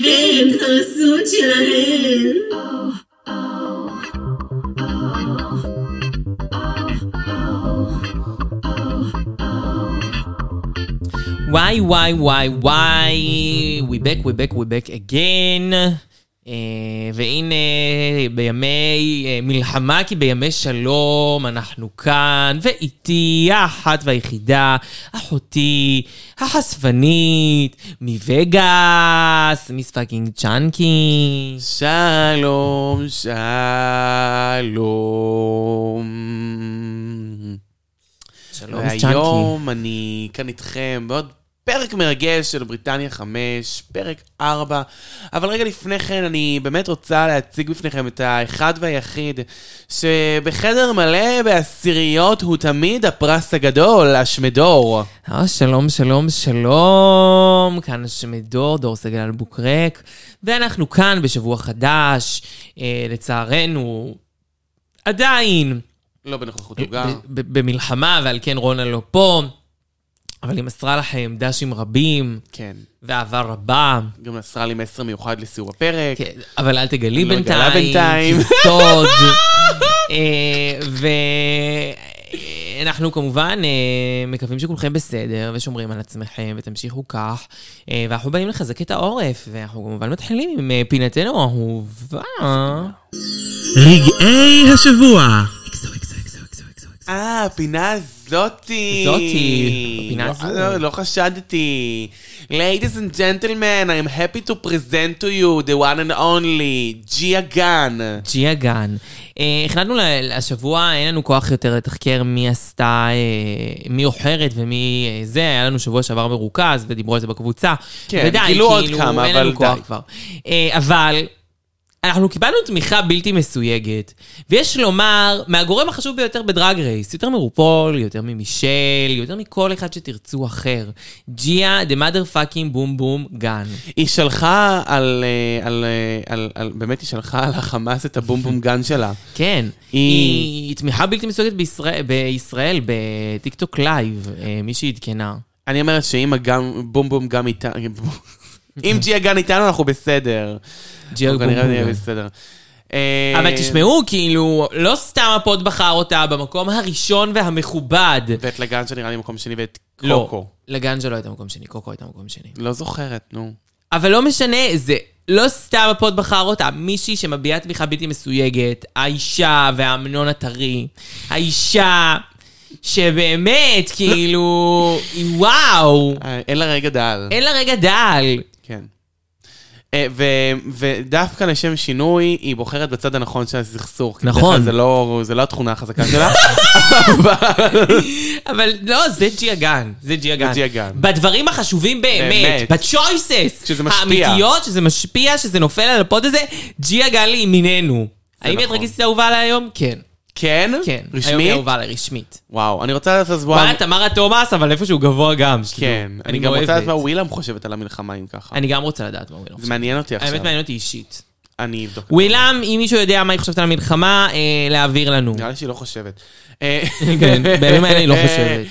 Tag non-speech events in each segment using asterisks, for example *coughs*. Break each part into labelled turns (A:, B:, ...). A: הם הרסות שלהם.
B: וואי וואי וואי וואי, we back, we back, we back again. אה, והנה, בימי אה, מלחמה, כי בימי שלום אנחנו כאן, ואיתי האחת והיחידה, אחותי, החשפנית, מווגאס, מיס פאקינג צ'אנקי.
C: שלום, שלום.
B: שלום, מיס צ'אנקי.
C: היום אני כאן איתכם בעוד פרק מרגש של בריטניה 5, פרק 4. אבל רגע לפני כן, אני באמת רוצה להציג בפניכם את האחד והיחיד, שבחדר מלא בעשיריות הוא תמיד הפרס הגדול, השמדור.
B: אה, שלום, שלום, שלום, כאן שמדור, דור סגל אלבוקרק, ואנחנו כאן בשבוע חדש, אה, לצערנו, עדיין
C: לא
B: ב-
C: בנוכחות עוגה.
B: ב- במלחמה, ועל כן רונה לא פה, אבל היא מסרה לכם דשים רבים,
C: כן.
B: ואהבה רבה.
C: גם מסרה לי מסר מיוחד לסיום הפרק.
B: כן, אבל אל תגלי
C: לא
B: בינתיים.
C: אגלה בינתיים.
B: כי *laughs*
C: *laughs*
B: סוד. אה, ואנחנו כמובן אה, מקווים שכולכם בסדר ושומרים על עצמכם ותמשיכו כך. אה, ואנחנו באים לחזק את העורף, ואנחנו כמובן מתחילים עם אה, פינתנו האהובה.
D: רגעי השבוע.
C: אה, הפינה הזאתי.
B: זאתי, הפינה
C: לא-
B: הזו.
C: לא- לא חשדתי. Ladies and gentlemen, I'm happy to present to you the one and only, ג'יה גן.
B: ג'יה גן. אה, החלטנו ל- השבוע, אין לנו כוח יותר לתחקר מי עשתה, אה, מי אוחרת ומי אה, זה, היה לנו שבוע שעבר מרוכז ודיברו על זה בקבוצה.
C: כן,
B: ודי,
C: גילו עוד
B: כאילו,
C: כמה,
B: אין
C: אבל
B: לנו כוח
C: די.
B: כבר. אה, אבל אנחנו קיבלנו תמיכה בלתי מסויגת, ויש לומר, מהגורם החשוב ביותר בדרג רייס, יותר מרופול, יותר ממישל, יותר מכל אחד שתרצו אחר. ג'יה, the mother fucking בום בום גן.
C: היא שלחה על, אה, על, אה, על, על, באמת היא שלחה על החמאס את הבום בום גן שלה.
B: כן,
C: היא-
B: היא, היא תמיכה בלתי מסויגת בישראל, בישראל בטיקטוק לייב, אה, מי שעדכנה.
C: אני אומרת שאם הגם, בום בום גם איתנו, אם ג'יה גן איתנו אנחנו בסדר.
B: ג'יה
C: אנחנו כנראה
B: גומבו.
C: נהיה בסדר. אה,
B: אבל תשמעו, כאילו, לא סתם הפוד בחר אותה במקום הראשון והמכובד.
C: ואת לגן שנראה לי מקום שני ואת
B: לא,
C: קוקו.
B: לגן שלו הייתה מקום שני, קוקו הייתה מקום שני.
C: לא זוכרת, נו.
B: אבל לא משנה, זה לא סתם הפוד בחר אותה, מישהי שמביעה תמיכה בלתי מסויגת, האישה וההמנון הטרי, האישה שבאמת,
C: לא-
B: כאילו, היא וואו,
C: אה, אין לה רגע דל.
B: אין לה רגע דל.
C: כן. אה, ו- ודווקא לשם שינוי, היא בוחרת בצד הנכון של הסכסוך. כי בדרך
B: נכון.
C: כלל זה לא, זה לא התכונה החזקה
B: *laughs*
C: שלה.
B: אבל לא, זה ג'יה גן. זה ג'יה גן.
C: ג'יה גן.
B: בדברים החשובים באמת,
C: באמת.
B: בצ'ויסס.
C: שזה משפיע.
B: האמיתיות, שזה משפיע, שזה נופל על הפוד הזה, ג'יה גן לימיננו. האם היא
C: נכון.
B: הטרגיסטית האהובה עליי היום? כן.
C: כן?
B: כן. היום היא
C: רשמית?
B: אהובה עליי, רשמית.
C: וואו, אני רוצה לדעת אז וואו.
B: וואלה, תמרה תומאס, אבל איפשהו גבוה גם. שתדעו.
C: כן. אני גם
B: אוהבת.
C: רוצה לדעת מה ווילם חושבת על המלחמה, אם ככה.
B: אני גם רוצה לדעת מה ווילם
C: זה
B: חושבת.
C: מעניין אותי עכשיו.
B: האמת מעניין אותי אישית.
C: אני אבדוק. את זה.
B: ווילם, אם מישהו יודע מה היא חושבת על המלחמה, אה, להעביר
C: *laughs*
B: לנו.
C: נראה לי שהיא לא חושבת. אה,
B: *laughs* כן, בימים האלה היא לא
C: *laughs*
B: חושבת.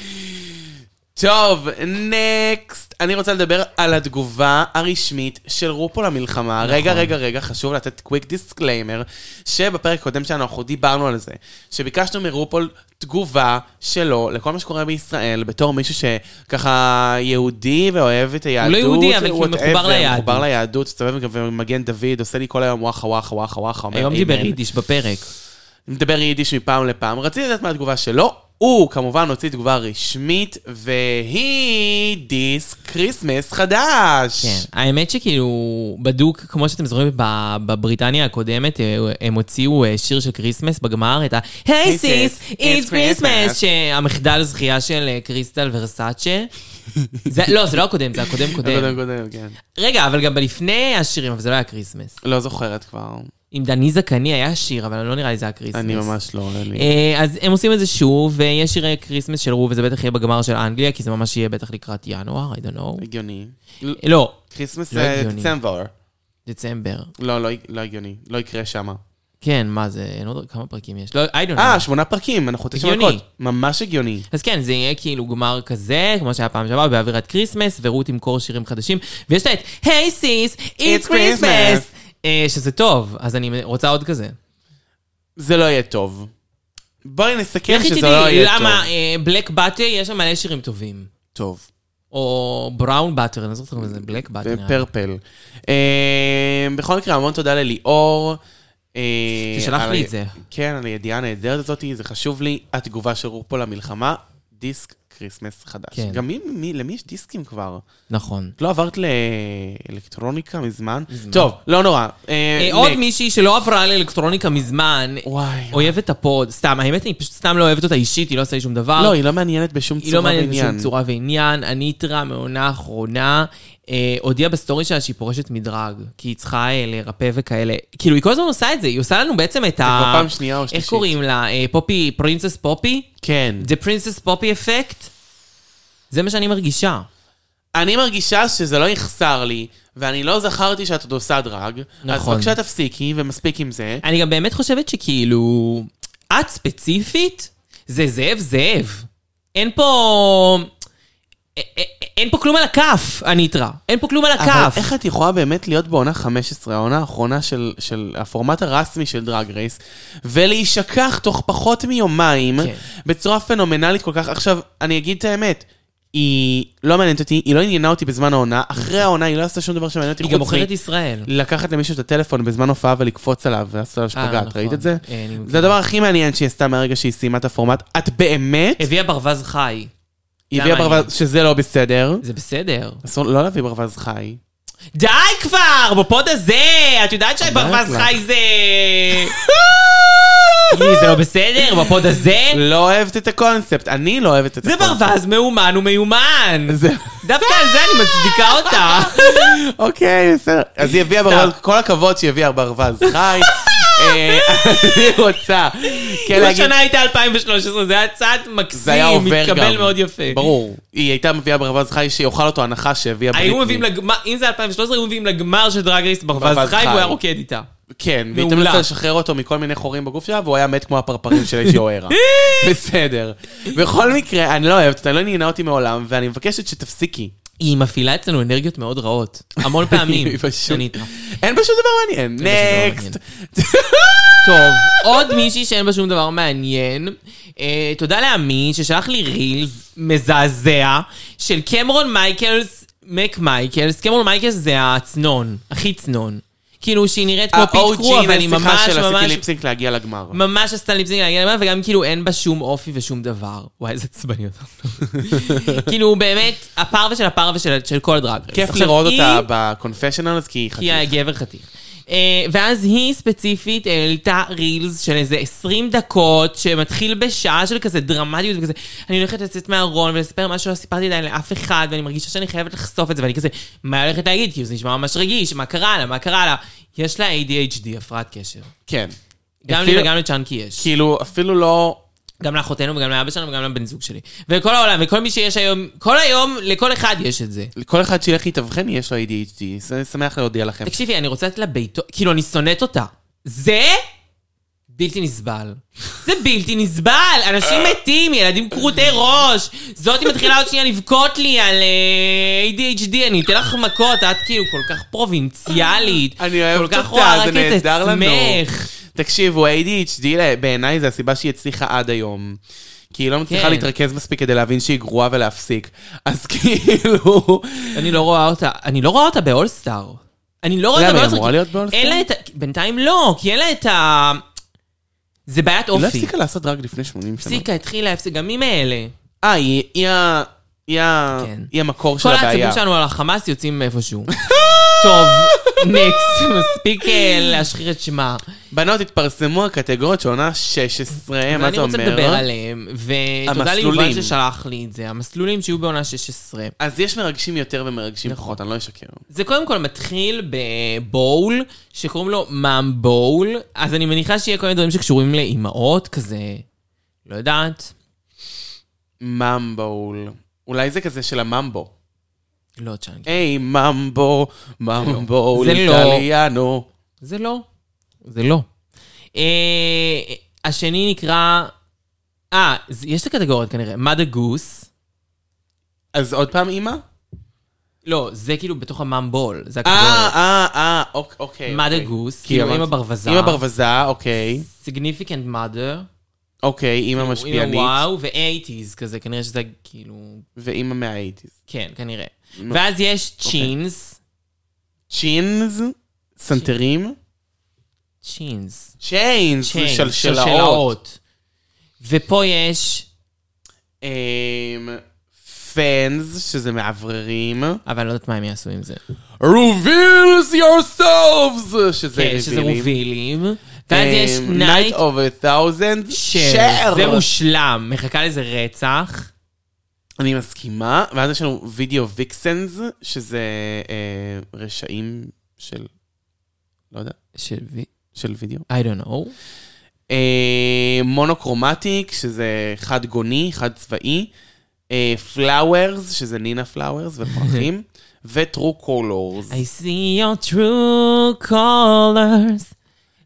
C: טוב, נקסט. אני רוצה לדבר על התגובה הרשמית של רופול המלחמה. נכון. רגע, רגע, רגע, חשוב לתת קוויק דיסקליימר, שבפרק הקודם שלנו אנחנו דיברנו על זה, שביקשנו מרופול תגובה שלו לכל מה שקורה בישראל, בתור מישהו שככה יהודי ואוהב את היהדות.
B: יהודי, אבל כי הוא
C: whatever,
B: מחובר ליהדות.
C: מחובר ליהדות, מסתובב ומגן דוד, עושה לי כל היום וואחה וואחה וואחה וואחה. אומר,
B: היום דיבר
C: "Amen".
B: יידיש בפרק.
C: מדבר יידיש מפעם לפעם. רציתי לדעת מה התגובה שלו. הוא כמובן הוציא תגובה רשמית, והיא דיס כריסמס חדש.
B: כן, האמת שכאילו, בדוק, כמו שאתם זוכרים, ב- בבריטניה הקודמת, אה, הם הוציאו אה, שיר של כריסמס בגמר, את ה- היי סיס,
C: sis,
B: איטס
C: it's Christmas."
B: כריסמס, שהמחדל זכייה של אה, קריסטל ורסאצ'ה. זה- לא, זה לא הקודם, זה הקודם
C: קודם
B: קודם.
C: קודם, כן.
B: רגע, אבל גם בלפני השירים, אבל זה לא היה כריסמס.
C: לא זוכרת כבר.
B: עם דני זקני היה שיר, אבל לא נראה לי זה היה כריסמס.
C: אני ממש לא, אין לי.
B: אה, אז הם עושים את זה שוב, ויש שירי כריסמס של רו, וזה בטח יהיה בגמר של אנגליה, כי זה ממש יהיה בטח לקראת ינואר, I don't know.
C: הגיוני. אה,
B: לא,
C: כריסמס
B: לא
C: זה
B: הגיוני.
C: דצמבר.
B: דצמבר.
C: לא, לא לא הגיוני. לא יקרה שמה.
B: כן, מה זה, אין עוד כמה פרקים יש? לא, I don't know.
C: אה, שמונה פרקים, אנחנו תשע
B: הגיוני.
C: מכות. ממש הגיוני.
B: אז כן, זה יהיה כאילו גמר כזה, כמו שהיה פעם שעברה, באווירת כריסמס, ורות תמכור שירים חדשים, ויש לה את היי סיס,
C: It's
B: it's
C: Christmas."
B: Christmas! אה, שזה טוב, אז אני רוצה עוד כזה.
C: זה לא יהיה טוב. בואי נסכם
B: איך
C: שזה לא
B: תדעי
C: יהיה טוב.
B: למה בלק באטר יש שם מלא שירים טובים.
C: טוב.
B: או בראון באטר, אני לא זוכר מה זה, בלק באטר.
C: פרפל. אה, בכל מקרה, המון תודה לליאור. אה,
B: ששלח
C: על
B: לי
C: ה-
B: את זה.
C: כן, על הידיעה הנהדרת הזאת, זה חשוב לי. התגובה של רופול למלחמה, דיסק כריסמס חדש.
B: כן.
C: גם מי, מי, למי יש דיסקים כבר?
B: נכון.
C: את לא עברת לאלקטרוניקה מזמן?
B: מזמן.
C: טוב, לא נורא. אה,
B: אה, עוד
C: next.
B: מישהי שלא עברה לאלקטרוניקה מזמן,
C: וואי.
B: אוהבת הפוד, סתם, האמת, אני פשוט סתם לא אוהבת אותה אישית, היא לא עושה לי שום דבר.
C: לא, היא לא מעניינת בשום
B: היא לא
C: צורה
B: מעניינת בשום
C: ועניין.
B: צורה ועניין. אניטרה מהעונה האחרונה אה, הודיעה בסטורי שלה שהיא פורשת מדרג, כי היא צריכה אה, לרפא וכאלה. כאילו, היא כל הזמן עושה את זה, היא עושה לנו בעצם את ה...
C: כבר פעם שנייה או שלישית.
B: איך קוראים לה? אה, פופי, פרינסס פופי?
C: כן.
B: The Princess Poppy Effect? זה מה שאני מרגישה.
C: אני מרגישה שזה לא יחסר לי, ואני לא זכרתי שאת עוד עושה דרג. אז
B: נכון.
C: בבקשה תפסיקי, ומספיק עם זה.
B: אני גם באמת חושבת שכאילו, את ספציפית, זה זאב זאב. אין פה... א- א- א- אין פה כלום על הכף, אניטרה. אין פה כלום על
C: אבל
B: הכף.
C: איך את יכולה באמת להיות בעונה 15, העונה האחרונה של, של הפורמט הרשמי של דרג רייס, ולהישכח תוך פחות מיומיים, כן.
B: כן.
C: בצורה פנומנלית כל כך. עכשיו, אני אגיד את האמת. היא לא מעניינת אותי, היא לא עניינה אותי בזמן העונה, אחרי העונה היא לא עשתה שום דבר שמעניין אותי
B: היא גם
C: חוץ מ-
B: מוכרת ישראל.
C: לקחת למישהו את הטלפון בזמן הופעה ולקפוץ עליו ולעשות עליו
B: אה,
C: שפגאט,
B: נכון.
C: ראית את זה?
B: אה, אני
C: זה
B: מכיר.
C: הדבר הכי מעניין שהיא עשתה מהרגע שהיא סיימה את הפורמט. את באמת
B: הביאה ברווז חי.
C: היא הביאה
B: מעניין.
C: ברווז, שזה לא בסדר.
B: זה בסדר.
C: אסור לא להביא ברווז חי.
B: די כבר! בפוד הזה! את יודעת שברווז
C: לך.
B: חי זה...
C: *laughs*
B: תגידי, זה לא בסדר? בפוד
C: *laughs*
B: הזה?
C: לא אוהבת את הקונספט, אני לא אוהבת את
B: זה
C: הקונספט.
B: ברווז מאומן ומיומן!
C: זה-
B: דווקא על זה אני מצדיקה אותה.
C: אוקיי, בסדר. אז היא הביאה ברווז, כל הכבוד שהיא הביאה ברווז חי. אה, אני רוצה *laughs* כן
B: אם
C: להגיד,
B: השנה הייתה 2013, זה היה צעד מקסים,
C: זה היה עובר גם.
B: מתקבל מאוד יפה.
C: ברור. היא הייתה מביאה ברווז חי שיאכל אותו הנחה שהביאה
B: היו מביאים לגמר, אם זה 2013, היו מביאים לגמר של דרג רייס
C: ברווז
B: ברווז חי,
C: חי.
B: והוא היה רוקד
C: *laughs*
B: איתה.
C: כן, והיא
B: מעולה.
C: תמליצה לשחרר אותו מכל מיני חורים בגוף שלה, והוא היה מת כמו הפרפרים של
B: *laughs*
C: ג'וארה. בסדר. בכל מקרה, אני לא אוהבת אותה, היא לא עניינה אותי מעולם, ואני מבקשת שתפסיקי.
B: היא מפעילה אצלנו אנרגיות מאוד רעות. המון פעמים.
C: *laughs* היא פשוט-
B: אני איתך.
C: אין בה שום דבר מעניין.
B: אין בה שום
C: נקסט.
B: דבר
C: *laughs*
B: טוב, עוד מישהי שאין בה שום דבר מעניין. אה, תודה לעמי ששלח לי רילס מזעזע של קמרון מייקלס, מק מייקלס. קמרון מייקלס זה הצנון, הכי צנון. כאילו שהיא נראית כמו פיט קרו, אבל היא ממש
C: של עשיתי
B: ממש
C: ליפסינק להגיע לגמר.
B: ממש עשתה ליפסינג להגיע למה, וגם כאילו אין בה שום אופי ושום דבר. וואי, איזה עצבני אותה.
C: *laughs*
B: כאילו באמת, הפרווה של הפרווה של, של כל הדרג. רייס.
C: כיף
B: עכשיו,
C: לראות
B: היא-
C: אותה בקונפשיונלס, כי היא
B: כי
C: חצי.
B: היא גבר חתיך. אה, ואז היא ספציפית העלתה רילס של איזה 20 דקות, שמתחיל בשעה של כזה דרמטיות וכזה, אני הולכת לצאת מהארון ולספר מה שלא סיפרתי עדיין לאף אחד, ואני מרגישה שאני חייבת לחשוף את זה, ואני כזה, מה היא הולכת להגיד? כאילו זה נשמע ממש רגיש, מה קרה לה? מה קרה לה? יש לה ADHD, הפרעת קשר.
C: כן.
B: גם לי
C: אפילו-
B: וגם לצ'אנקי יש.
C: כאילו, אפילו לא...
B: גם לאחותנו וגם לאבא שלנו וגם לבן זוג שלי. ולכל העולם, וכל מי שיש היום, כל היום, לכל אחד יש את זה.
C: כל אחד שילך להתאבחן יש לו ADHD, אז אני שמח להודיע לכם.
B: תקשיבי, אני רוצה לתת לה ביתו, כאילו, אני שונאת אותה. זה בלתי נסבל. זה בלתי נסבל! אנשים
C: אה.
B: מתים, ילדים כרותי ראש. זאתי מתחילה עוד שנייה לבכות לי על אה, ADHD, אני אתן לך מכות, את כאילו כל כך פרובינציאלית.
C: אני אוהב
B: כל כך
C: אותה,
B: רואה
C: זה
B: רק את
C: נהדר לנו.
B: עצמך.
C: תקשיבו, ADHD ל- בעיניי זה הסיבה שהיא הצליחה עד היום. כי היא לא מצליחה
B: כן.
C: להתרכז מספיק כדי להבין שהיא גרועה ולהפסיק. אז *laughs* כאילו...
B: אני לא רואה אותה, אני לא רואה אותה באולסטאר. אני לא רואה
C: למה,
B: אותה באולסטאר.
C: היא אמורה
B: כי
C: להיות באולסטאר?
B: אין לה את ה... בינתיים לא, כי אין לה את ה... זה בעיית
C: היא לא
B: אופי.
C: הפסיקה לעשות דרג לפני 80 שנה.
B: הפסיקה, התחילה, הפסיקה, גם מי מאלה?
C: אה, היא- היא ה- היא ה-
B: כן.
C: היא המקור של
B: כל
C: הבעיה.
B: העצבים שלנו על החמאס יוצאים מאיפשהו. *laughs* טוב, נקסט, *laughs* מספיק אה, להשחיר את שמה.
C: בנות התפרסמו הקטגוריות של עונה 16, מה
B: ואני
C: זה אומר?
B: רוצה לדבר עליהם, ותודה ליובל
C: המסלולים.
B: ששלח לי את זה, המסלולים שיהיו בעונה 16.
C: אז יש מרגשים יותר
B: נכון.
C: ומרגשים פחות, אני לא אשקר.
B: זה קודם כל מתחיל בבול, שקוראים לו מאם בול, אז אני מניחה שיהיה כל מיני דברים שקשורים לאימהות, כזה, לא יודעת.
C: ממבול. אולי זה כזה של הממבו.
B: לא, צ'אנקי.
C: היי, ממבו, ממבו,
B: זה לא.
C: איטליאנו.
B: זה לא. זה לא. אה, השני נקרא... אה, ז- יש את הקטגוריות כנראה. מד הגוס.
C: אז עוד פעם אימא?
B: לא, זה כאילו בתוך הממבול. זה
C: אה,
B: הקטגוריה.
C: אה, אה, אוק- אוקיי.
B: מד
C: אוקיי.
B: הגוס,
C: כי
B: כאילו
C: אמרת-
B: אימא ברווזה.
C: אימא ברווזה, אוקיי.
B: significant mother.
C: אוקיי, אימא
B: אימא
C: משפיענית.
B: וואו, ו-80's כזה, כנראה שזה כאילו...
C: ואימא מהאייטיז.
B: כן, כנראה. ואז יש
C: אוקיי.
B: צ'ינס.
C: צ'ינז? סנטרים?
B: צ'ינס.
C: צ'יינס,
B: צ'יינס,
C: שלשלאות.
B: ופה יש,
C: אמ, פנס, שזה מאווררים.
B: אבל אני לא יודעת מה הם יעשו עם זה.
C: Reveals yourselves! שזה
B: כן, שזה
C: ריבילים.
B: רובילים. ואז יש
C: Night
B: נייט
C: אה, of a thousand
B: שר. זה
C: share.
B: מושלם. מחכה לזה רצח.
C: אני מסכימה, ואז יש לנו וידאו ויקסנס, שזה אה, רשעים של, לא יודע,
B: של וי...
C: של וידאו.
B: I don't know.
C: אה, מונוקרומטיק, שזה חד גוני, חד צבאי. פלאוורס, שזה נינה פלאוורס
B: *laughs*
C: ופרחים. וטרו קולורס.
B: I see your true colors.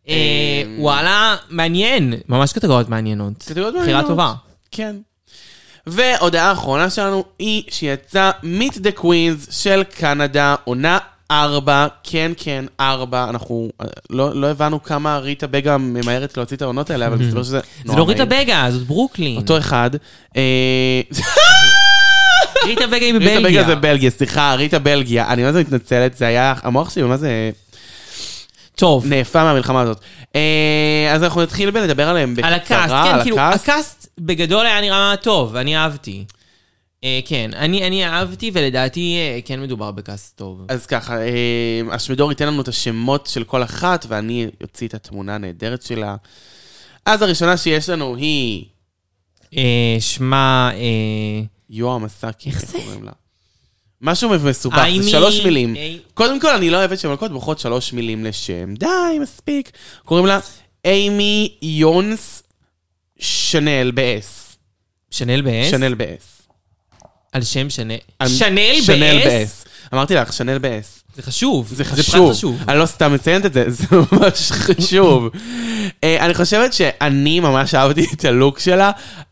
B: אה,
C: אמ,
B: וואלה, מעניין. ממש קטגוריות מעניינות.
C: קטגוריות
B: בחירה
C: מעניינות.
B: טובה.
C: כן. והודעה האחרונה שלנו היא שיצא מיט דה קווינס של קנדה, עונה ארבע, כן כן ארבע, אנחנו אה, לא, לא הבנו כמה ריטה בגה ממהרת להוציא את העונות האלה, אבל מסתבר שזה
B: זה
C: נורא
B: לא ריטה
C: מהיר.
B: בגה, זאת ברוקלין.
C: אותו אחד. אה, *laughs*
B: ריטה בגה היא
C: ריטה בגה
B: בבלגיה.
C: זה בלגיה, סליחה, ריטה בלגיה. אני מה זה מתנצלת, זה היה, המוח שלי, מה זה,
B: טוב,
C: נאפה מהמלחמה הזאת. אה, אז אנחנו נתחיל בלדבר עליהם בקצרה,
B: על הקאסט, כן, כאילו, הקאסט בגדול היה נראה טוב, אני אהבתי. אה, כן, אני אני אהבתי, ולדעתי אה, כן מדובר בקאסט טוב.
C: אז ככה, אה, אשמדור ייתן לנו את השמות של כל אחת, ואני אוציא את התמונה הנהדרת שלה. אז הראשונה שיש לנו היא
B: אה, שמע, אה,
C: יואר מסאקי,
B: איך
C: איך
B: זה?
C: קוראים לה? משהו מסובך,
B: איימי-
C: זה שלוש מילים.
B: אה,
C: קודם כל, אני לא אוהבת שמלכות בוחרות שלוש מילים לשם. די, מספיק. קוראים לה אימי יונס שנל ב-S.
B: שנל באס?
C: שנל ב-S.
B: על שם שנל.
C: על-
B: שנל
C: שנל
B: באס?
C: ב-S. אמרתי לך, שנל ב-S.
B: זה חשוב.
C: זה
B: פרט
C: חשוב. אני לא סתם מציינת את זה, *laughs* זה ממש חשוב. אה, אני חושבת שאני ממש אהבתי את הלוק שלה,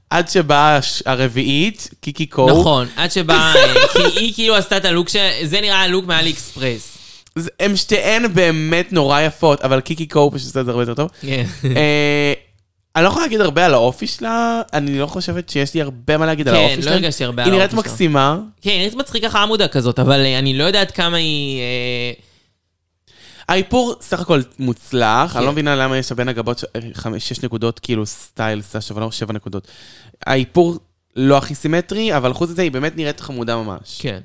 C: עד שבאה הש- הרביעית, קיקי קו.
B: נכון, עד שבא, אה, כי היא כאילו עשתה את הלוק, ש- זה נראה הלוק מעלי אקספרס.
C: אז הן שתיהן באמת נורא יפות, אבל קיקי קו פשוט עושה את זה הרבה יותר טוב.
B: כן.
C: אה, אני לא יכולה להגיד הרבה על האופי שלה, אני לא חושבת שיש לי הרבה מה להגיד על
B: כן,
C: האופי
B: לא
C: שלה.
B: הרגשתי הרבה על
C: היא נראית
B: האופי שלה.
C: מקסימה.
B: כן, היא נראית מצחיקה חמודה כזאת, אבל אה, אני לא יודעת כמה היא... אה,
C: האיפור סך הכל מוצלח,
B: כן.
C: אני לא מבינה למה יש בין הגבות ש- אה, חמש- שש נקודות, כאילו סטייל סשה ולא שבע נקודות. האיפור לא הכי סימטרי, אבל חוץ מזה היא באמת נראית חמודה ממש.
B: כן.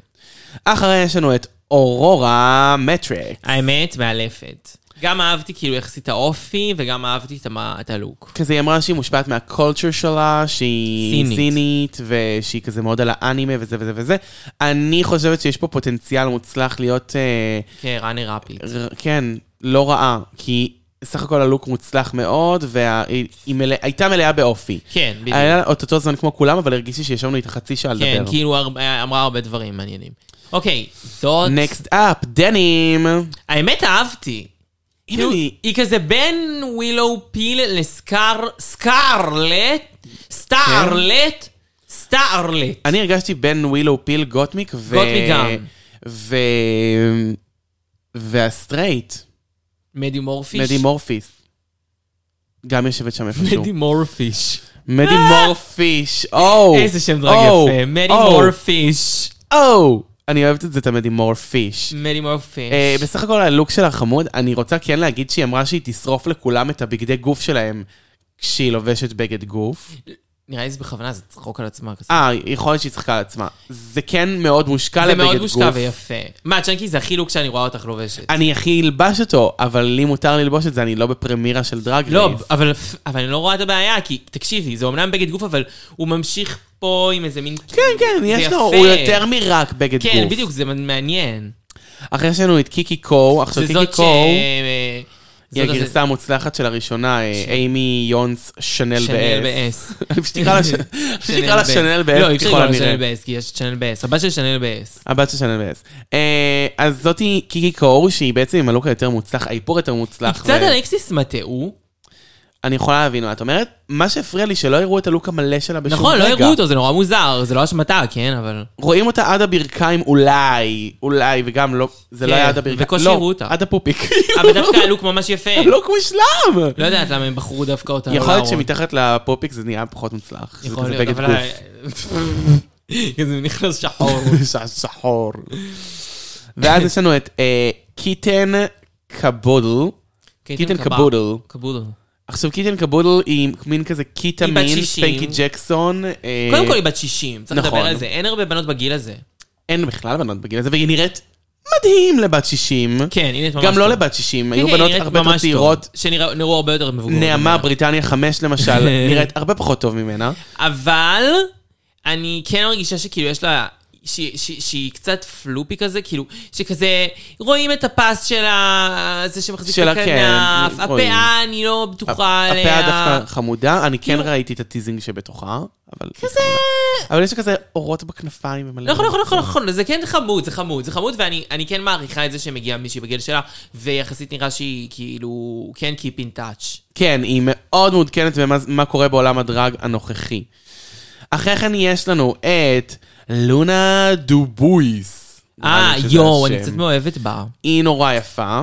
C: אחריה יש לנו את אורורה מטריק.
B: האמת, מאלפת. גם אהבתי כאילו יחסית האופי, וגם אהבתי את המ- את הלוק.
C: כזה היא אמרה שהיא מושפעת מהקולצ'ר שלה, שהיא
B: סינית.
C: סינית. סינית, ושהיא כזה מאוד על האנימה וזה וזה וזה. אני חושבת שיש פה פוטנציאל מוצלח להיות, אה,
B: כן, רני רפי.
C: ר- כן, לא רעה, כי סך הכל הלוק מוצלח מאוד, והיא היא מלא, הייתה מלאה באופי.
B: כן, בדיוק.
C: היה לה עוד אותו זמן כמו כולם, אבל הרגישתי שישבנו איתה חצי שעה לדבר.
B: כן, כאילו הר- אמרה הרבה דברים מעניינים. אוקיי, זאת...
C: נקסט אפ, דנים.
B: האמת, אהבתי. כאילו,
C: אני-
B: היא כזה בין ווילאו פיל לסקאר... סקארלט? סטארלט? סטארלט.
C: אני הרגשתי בין ווילו פיל גוטמיק ו...
B: גוטמיק גם.
C: ו... והסטרייט,
B: מדי מורפיש?
C: מדי מורפיס. גם יושבת שם איפשהו.
B: מדי מורפיש.
C: מדי מורפיש, Oh! או!
B: איזה שם דרג
C: או, אה,
B: יפה. מדי
C: או,
B: מורפיש.
C: או! Oh! אני אוהבת את זה, את המדי מורפיש.
B: מדי מורפיש.
C: אה, בסך הכל הלוק שלה חמוד, אני רוצה כן להגיד שהיא אמרה שהיא תשרוף לכולם את הבגדי גוף שלהם כשהיא לובשת בגד גוף.
B: נראה לי זה בכוונה, זה צחוק על עצמה כזה.
C: אה, יכול להיות שהיא צחקה על עצמה. זה כן מאוד
B: זה
C: מושקע לבגד גוף.
B: מאוד מושקע ויפה. מה, צ'אנקי זה הכי לוק שאני רואה אותך לובשת.
C: אני הכי אלבש אותו, אבל לי מותר ללבוש את זה, אני לא בפרמירה של דרג
B: לא,
C: רייס.
B: אבל אבל אני לא רואה את הבעיה, כי תקשיבי, זה אומנם בגד גוף, אבל הוא ממשיך פה עם איזה מין...
C: כן, כן,
B: זה
C: יש לו,
B: יפה.
C: הוא יותר מרק בגד גוף.
B: כן, בדיוק, זה מעניין.
C: אחרי יש לנו את קיקי קו, עכשיו
B: זה
C: קיקי
B: זאת ש...
C: קו
B: אה,
C: היא
B: זאת הזאת-
C: הגרסה המוצלחת של הראשונה, אה, אימי יונס שנל
B: שנל
C: באס.
B: באס.
C: *laughs* אני פשוט
B: *laughs*
C: אקרא לה ש- *laughs* פשוט אקרא לה שנל
B: לא, אי
C: באס
B: אפשר
C: ככל
B: לקרוא לה
C: הנראה.
B: שנל באס, כי יש שנל באס. הבת של שנל באס.
C: הבת של שנל באס. אה, אז זאתי קיקי קור, שהיא בעצם עם הלוק היותר מוצלח, האיפור יותר
B: היא
C: מוצלח.
B: קצת
C: ו-
B: אלכסיס מטאו.
C: אני יכולה להבין מה את אומרת. מה שהפריע לי, שלא הראו את הלוק המלא שלה בשום רגע.
B: נכון, לא הראו אותו, זה נורא מוזר, זה לא אשמתה, כן,
C: *laughs*
B: אבל...
C: רואים אותה עד הברכיים אולי, אולי, וגם לא, זה לא
B: כן,
C: היה עד הברכיים.
B: בקושי
C: לא,
B: הראו אותה.
C: עד הפופיק. *laughs* לא-
B: אבל דווקא הלוק ממש יפה.
C: הלוק מושלם!
B: לא יודעת למה הם בחרו דווקא אותה. לא
C: לא. יכול להיות
B: להראות.
C: שמתחת לפופיק זה נהיה פחות מוצלח.
B: יכול
C: זה
B: להיות,
C: כזה בגד
B: אבל...
C: גוף.
B: *laughs* כזה נכנס שחור.
C: *laughs* ש- שחור. ואז יש לנו את אה, קיטן קבודל. קיטן
B: קבב.
C: קבודל.
B: אוקיי, קבודל.
C: עכשיו, קיטן קבודל היא מין כזה קיטה
B: היא בת
C: מין,
B: 60.
C: ספנקי ג'קסון. אה,
B: קודם כל היא בת 60, צריך
C: נכון.
B: לדבר על זה. אין הרבה בנות בגיל הזה.
C: אין בכלל בנות בגיל הזה, והיא נראית מדהים לבת 60.
B: כן, היא נראית ממש
C: גם לא
B: טוב.
C: לבת 60, היו
B: כן, כן,
C: בנות
B: היא נראית
C: הרבה יותר
B: ממש טוב,
C: צעירות.
B: שנראו הרבה יותר מבוגרות.
C: נעמה,
B: ממנה.
C: בריטניה 5
B: *laughs*
C: למשל, נראית הרבה פחות טוב ממנה.
B: אבל אני כן מרגישה שכאילו יש לה... ש- ש- שהיא קצת פלופי כזה, כאילו, שכזה, רואים את הפס שלה, זה שמחזיק את
C: שלה, כן,
B: הכנף,
C: רואים.
B: הפאה, אני לא בטוחה עליה.
C: הפאה דווקא חמודה, אני כן
B: כאילו-
C: ראיתי את הטיזינג שבתוכה, אבל... כזה... אבל יש לה כזה אורות בכנפיים ומלא...
B: נכון, נכון, נכון, נכון, זה כן חמוד, זה חמוד, זה חמוד, ואני אני כן מעריכה את זה שמגיעה מישהי בגיל שלה, ויחסית נראה שהיא כאילו, כן Keep in touch.
C: כן, היא מאוד מעודכנת במה מה קורה בעולם הדרג הנוכחי. אחרי כן יש לנו את לונה דובויס. נראה
B: אה,
C: לי שזה
B: יואו, אני
C: השם.
B: קצת מאוהבת בה.
C: היא נורא יפה,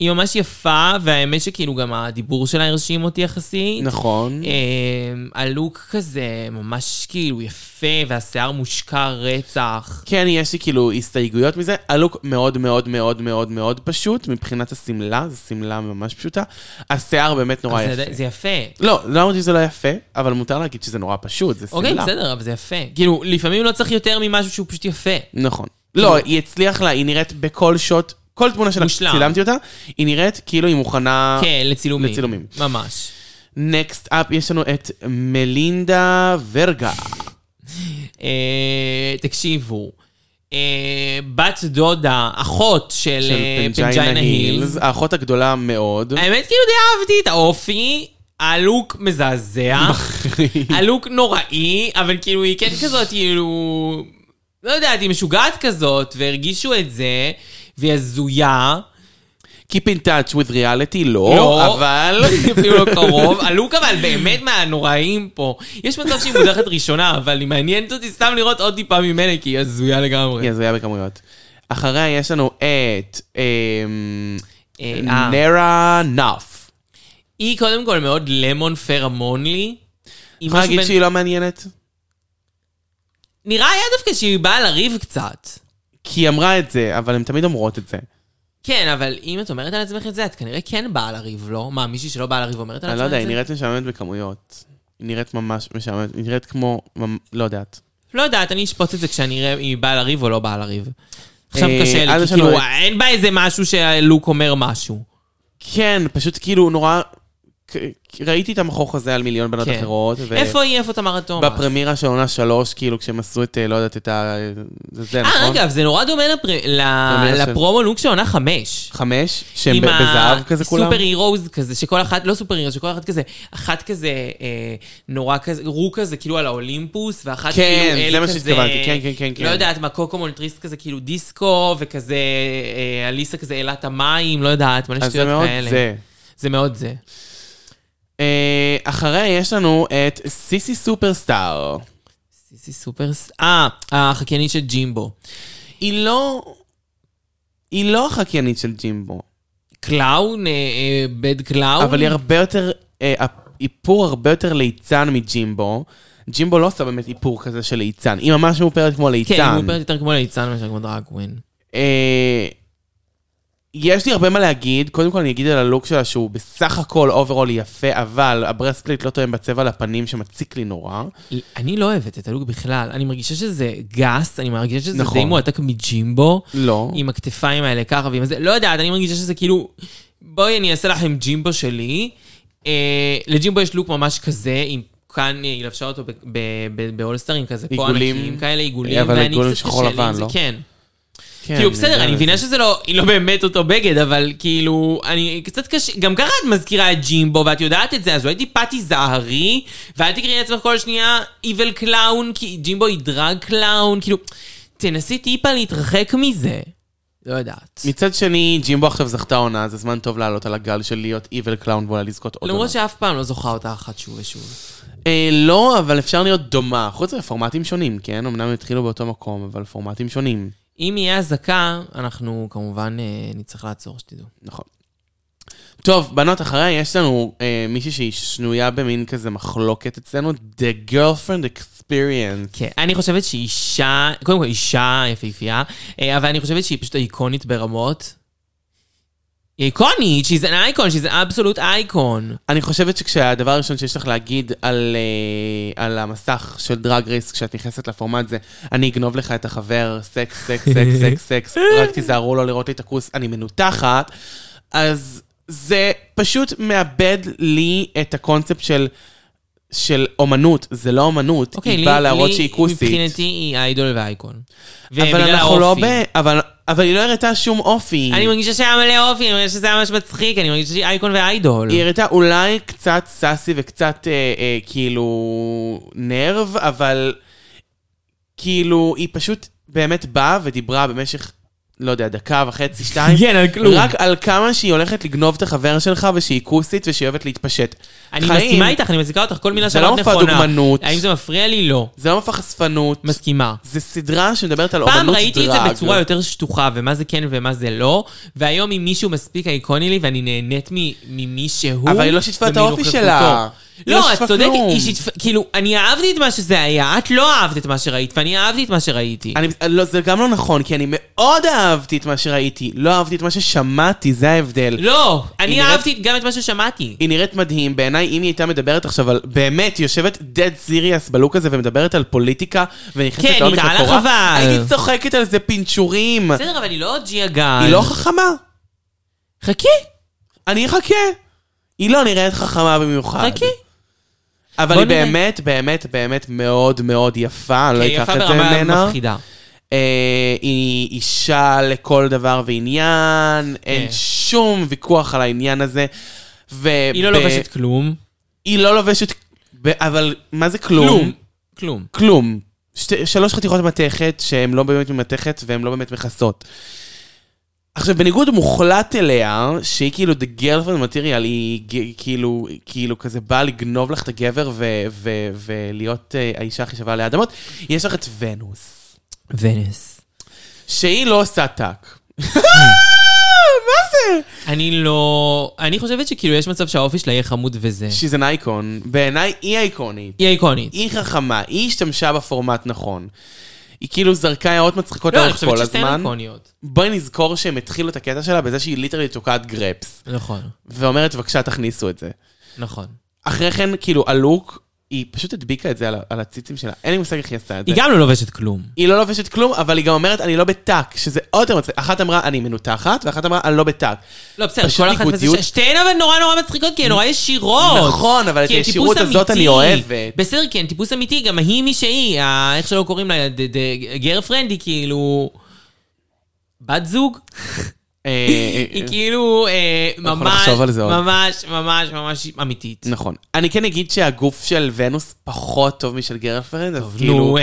B: היא ממש יפה, והאמת שכאילו גם הדיבור שלה הרשים אותי יחסית.
C: נכון.
B: אמ, הלוק כזה ממש כאילו יפה, והשיער מושקע רצח.
C: כן, יש לי כאילו הסתייגויות מזה. הלוק מאוד מאוד מאוד מאוד מאוד פשוט, מבחינת השמלה, זו שמלה ממש פשוטה. השיער באמת נורא
B: אז זה-
C: אה, יפה.
B: זה יפה.
C: לא, לא אמרתי שזה לא יפה, אבל מותר להגיד שזה נורא פשוט, זה
B: אוקיי,
C: שמלה.
B: בסדר, אבל זה יפה. כאילו, לפעמים לא צריך יותר ממשהו שהוא פשוט יפה.
C: נכון.
B: כאילו-
C: לא, היא הצליח לה, היא נראית בכל שוט, כל תמונה שלה,
B: מושלם.
C: צילמתי אותה, היא נראית כאילו היא מוכנה...
B: כן, לצילומים.
C: לצילומים.
B: ממש.
C: נקסט אפ, יש לנו את מלינדה ורגה.
B: אה, תקשיבו, אה, בת דודה, אחות של,
C: של
B: אה,
C: פנג'יינה הילס, האחות הגדולה מאוד.
B: האמת כאילו די אהבתי את האופי, הלוק
C: *laughs*
B: מזעזע, הלוק נוראי, אבל כאילו היא כן כזאת, כאילו, לא יודעת, היא משוגעת כזאת, והרגישו את זה, והיא הזויה.
C: Keep in touch with reality, לא,
B: לא.
C: אבל...
B: *laughs* אפילו לא קרוב, הלוק אבל באמת מהנוראים פה. יש מצב שהיא מודחת ראשונה, אבל היא מעניינת אותי סתם לראות עוד טיפה ממנה, כי היא הזויה לגמרי.
C: היא הזויה בכמויות. אחריה יש לנו את אמ,
B: אה, אה.
C: נרה נאף.
B: היא קודם כל מאוד למון פרמונלי. היא
C: יכולה
B: משהו
C: להגיד
B: בין-
C: שהיא לא מעניינת?
B: נראה היה דווקא שהיא באה לריב קצת.
C: כי היא אמרה את זה, אבל הן תמיד אומרות את זה.
B: כן, אבל אם את אומרת על עצמך את זה, את כנראה כן באה לריב, לא? מה, מישהי שלא באה לריב אומרת על
C: אני
B: עצמה
C: לא
B: את
C: יודע,
B: זה?
C: היא נראית משעממת בכמויות. היא נראית ממש משעממת, היא נראית כמו, ממ- לא יודעת.
B: לא יודעת, אני אשפוט את זה כשאני אראה אם היא באה לריב או לא באה לריב. עכשיו
C: אה,
B: קשה
C: אז
B: לי,
C: יש
B: כי
C: לנו
B: כאילו,
C: את-
B: אין בה איזה משהו שהלוק אומר משהו.
C: כן, פשוט כאילו נורא... כ- ראיתי את המכוך הזה על מיליון בנות
B: כן.
C: אחרות. ו-
B: איפה היא? איפה תמרה תומאס?
C: בפרמירה של עונה שלוש, כאילו, כשהם עשו את, אה, לא יודעת, את ה... זה זה,
B: אה,
C: נכון?
B: אגב, זה נורא דומה לפר- ל-
C: של-
B: לפרומו לוק של עונה חמש.
C: חמש, שהם ב-
B: עם ה-
C: בזהב כזה כולם.
B: סופר הירוז כזה, שכל אחת, לא סופר הירוז, שכל אחת כזה, אחת כזה אה, נורא כזה, רו כזה, כאילו על האולימפוס, ואחת
C: כן,
B: כאילו
C: זה
B: אל
C: מה
B: כזה,
C: שהתכוונתי, כן, כן, כן, כן.
B: לא יודעת מה, קוקו מונטריסט כזה, כאילו דיסקו, וכזה, אה, אליסה כזה אלת המים, לא יודעת, מלא
C: אז זה
B: שטויות
C: מאוד
B: כאלה.
C: זה.
B: זה מאוד זה.
C: אה, אחריה יש לנו את סיסי סופרסטאר.
B: סיסי סופרס, אה, החקיינית של ג'ימבו.
C: היא לא... היא לא החקיינית של ג'ימבו,
B: קלאון, אה, אה, בד קלאון.
C: אבל היא הרבה יותר... אה, איפור הרבה יותר ליצן מג'ימבו. ג'ימבו לא עושה באמת איפור כזה של ליצן, היא ממש מאופרת כמו ליצן.
B: כן, היא מופרת יותר כמו ליצן מאשר כמו דרגווין.
C: אה, יש לי הרבה מה להגיד, קודם כל אני אגיד על הלוק שלה שהוא בסך הכל אוברול יפה, אבל הברספליט לא תואם בצבע לפנים שמציק לי נורא.
B: אני לא אוהבת את הלוק בכלל. אני מרגישה שזה גס, אני מרגישה שזה
C: נכון.
B: די מועתק מג'ימבו,
C: לא.
B: עם הכתפיים האלה ככה ועם זה. לא יודעת, אני מרגישה שזה כאילו... בואי אני אעשה לכם ג'ימבו שלי. אה, לג'ימבו יש לוק ממש כזה, עם... כאן אה, היא לבשה אותו ב- ב- ב- באולסטרים כזה, פה
C: עיגולים. אה,
B: ענקים כאלה עיגולים,
C: אבל
B: ואני
C: עיגולים
B: קצת
C: שחור
B: קשה לי עם
C: לבן,
B: זה,
C: לא?
B: כן.
C: כן,
B: כאילו,
C: אני
B: בסדר,
C: יודע.
B: אני מבינה שזה לא, היא לא באמת אותו בגד, אבל כאילו, אני קצת קשה, גם ככה את מזכירה את ג'ימבו, ואת יודעת את זה, אז אולי טיפה תיזהרי, ואל תקראי לעצמך כל שנייה איבל קלאון, כי ג'ימבו היא דרג קלאון, כאילו, תנסי טיפה להתרחק מזה. לא יודעת.
C: מצד שני, ג'ימבו עכשיו זכתה עונה, זה זמן טוב לעלות על הגל של להיות איבל קלאון ואולי לזכות עוד עונה.
B: למרות שאף פעם לא זוכה אותה אחת שוב ושוב.
C: אה, לא, אבל אפשר להיות דומה, חוץ מפורמטים שונים, כן? אמנם הם התחילו באותו מקום, אבל פורמטים שונים.
B: אם יהיה אזעקה, אנחנו כמובן אה, נצטרך לעצור, שתדעו.
C: נכון. טוב, בנות, אחריה יש לנו אה, מישהי שהיא שנויה במין כזה מחלוקת אצלנו, The Girlfriend Experience.
B: כן, אני חושבת שהיא אישה, קודם כל אישה יפהפייה, אה, אבל אני חושבת שהיא פשוט איקונית ברמות. היא איקונית, she's an icon, she's an absolute icon.
C: אני חושבת שכשהדבר הראשון שיש לך להגיד על, אה, על המסך של דרג רייס, כשאת נכנסת לפורמט זה, אני אגנוב לך את החבר, סקס, סקס, סקס, סקס, סקס, רק תיזהרו לא לראות לי את הכוס, אני מנותחת, אז זה פשוט מאבד לי את הקונספט של... של אומנות, זה לא אומנות, okay, היא
B: אוקיי, לי-
C: באה להראות
B: לי,
C: שהיא כוסית.
B: מבחינתי היא איידול ואייקון.
C: אבל
B: ובגלל
C: אנחנו לא
B: האופי.
C: ב... אבל, אבל היא לא הראתה שום אופי.
B: אני מרגישה שהיה מלא אופי, אני מרגישה שזה היה ממש מצחיק, אני מרגישה שהיא אייקון ואיידול.
C: היא הראתה אולי קצת סאסי וקצת אה, אה, כאילו נרב, אבל כאילו היא פשוט באמת באה ודיברה במשך, לא יודע, דקה
B: *laughs*
C: וחצי, שתיים.
B: כן, על כלום.
C: רק על כמה שהיא הולכת לגנוב את החבר שלך ושהיא כוסית ושהיא אוהבת להתפשט.
B: אני
C: חיים,
B: מסכימה איתך, אני מסיקה אותך, כל מילה
C: זה
B: שלך
C: לא
B: נכונה.
C: מופע דוגמנות.
B: האם זה מפריע לי? לא.
C: זה לא מופע חשפנות.
B: מסכימה.
C: זה סדרה שמדברת על
B: פעם
C: אומנות
B: ראיתי את
C: דרג.
B: זה בצורה יותר שטוחה, ומה זה כן ומה זה לא, והיום אם מישהו מספיק איקוני לי ואני נהנית מ- ממי שהוא...
C: אבל היא לא שיתפה את האופי
B: ומנוכחותו.
C: שלה. היא לא
B: לא, את
C: שיתפה
B: צודקת,
C: כלום.
B: היא שיתפה, כאילו, אני אהבתי את מה שזה היה, את לא אהבת את מה שראית, ואני אהבתי את מה שראיתי.
C: אני, לא, זה גם לא נכון, כי אני מאוד אהבתי את מה שראיתי, לא אהבתי את מה ששמעתי, זה ההבדל.
B: לא, אני
C: נראית-
B: אהבתי גם את מה ששמעתי.
C: היא נראית מדהים, בעיניי אם היא הייתה מדברת עכשיו על, באמת, היא יושבת dead serious בלוק הזה ומדברת על פוליטיקה ונכנסת
B: כן,
C: לעומק
B: היא תעלה
C: לקורה,
B: חבל.
C: הייתי צוחקת על זה פינצ'ורים.
B: בסדר, אבל היא לא ג'יה גן.
C: היא לא חכמה,
B: חכי,
C: אני אחכה. היא לא נראית חכמה במיוחד.
B: חכי.
C: אבל
B: בוא
C: היא
B: נראה.
C: באמת, באמת, באמת מאוד מאוד יפה, אני לא
B: היא
C: אקח
B: אוקיי, יפה
C: את זה
B: ברמה
C: ממנה.
B: מפחידה.
C: אה, היא אישה לכל דבר ועניין, אין
B: כן.
C: שום ויכוח על העניין הזה.
B: היא לא לובשת כלום.
C: היא לא לובשת... ב- אבל מה זה
B: כלום.
C: כלום?
B: כלום.
C: כלום. שתי, שלוש חתיכות מתכת שהן לא באמת ממתכת והן לא באמת מכסות. עכשיו, בניגוד מוחלט אליה, שהיא כאילו the girlfriend material, היא ג- כאילו, כאילו כזה באה לגנוב לך את הגבר ו- ו- ולהיות אה, האישה הכי שווה עלי אדמות, יש לך את ונוס.
B: ונס.
C: שהיא לא עושה טאק. מה זה?
B: אני לא... אני חושבת שכאילו יש מצב שהאופי שלה יהיה חמוד וזה.
C: She's an icon. בעיניי היא אייקונית.
B: היא איקונית.
C: היא חכמה, היא השתמשה בפורמט נכון. היא כאילו זרקה הערות מצחיקות
B: לא, אני
C: לאורך
B: חושבת
C: כל
B: ששתיהן
C: הזמן.
B: איקוניות.
C: בואי נזכור שהם התחילו את הקטע שלה בזה שהיא ליטרלי תוקעת גרפס,
B: נכון,
C: ואומרת בבקשה תכניסו את זה.
B: נכון.
C: אחרי כן, כאילו, הלוק, היא פשוט הדביקה את זה על ה- על הציצים שלה. אין לי מושג איך היא עשתה את זה.
B: היא גם לא לובשת כלום.
C: היא לא לובשת כלום, אבל היא גם אומרת, אני לא בטאק, שזה עוד יותר מצחיק. אחת אמרה, אני מנותחת, ואחת אמרה, אני לא בטאק.
B: לא, בסדר,
C: פשוט
B: כל אחת... וזה
C: ניגודיות.
B: ש- שתיהן אבל נורא נורא מצחיקות, כי הן נורא ישירות.
C: נכון, אבל את
B: כי הן טיפוס
C: הישירות הזאת
B: אמיתי.
C: אני אוהבת.
B: בסדר, כי הן טיפוס אמיתי, גם היא מי שהיא, ה- איך שלא קוראים לה, גרפרנד היא כאילו... בת זוג?
C: אה,
B: *laughs* היא כאילו אה,
C: יכול
B: ממש,
C: לחשוב על זה עוד.
B: ממש, ממש, ממש אמיתית.
C: נכון. אני כן אגיד שהגוף של ונוס פחות טוב משל גרפרנד, אז כאילו,
B: נו, אה,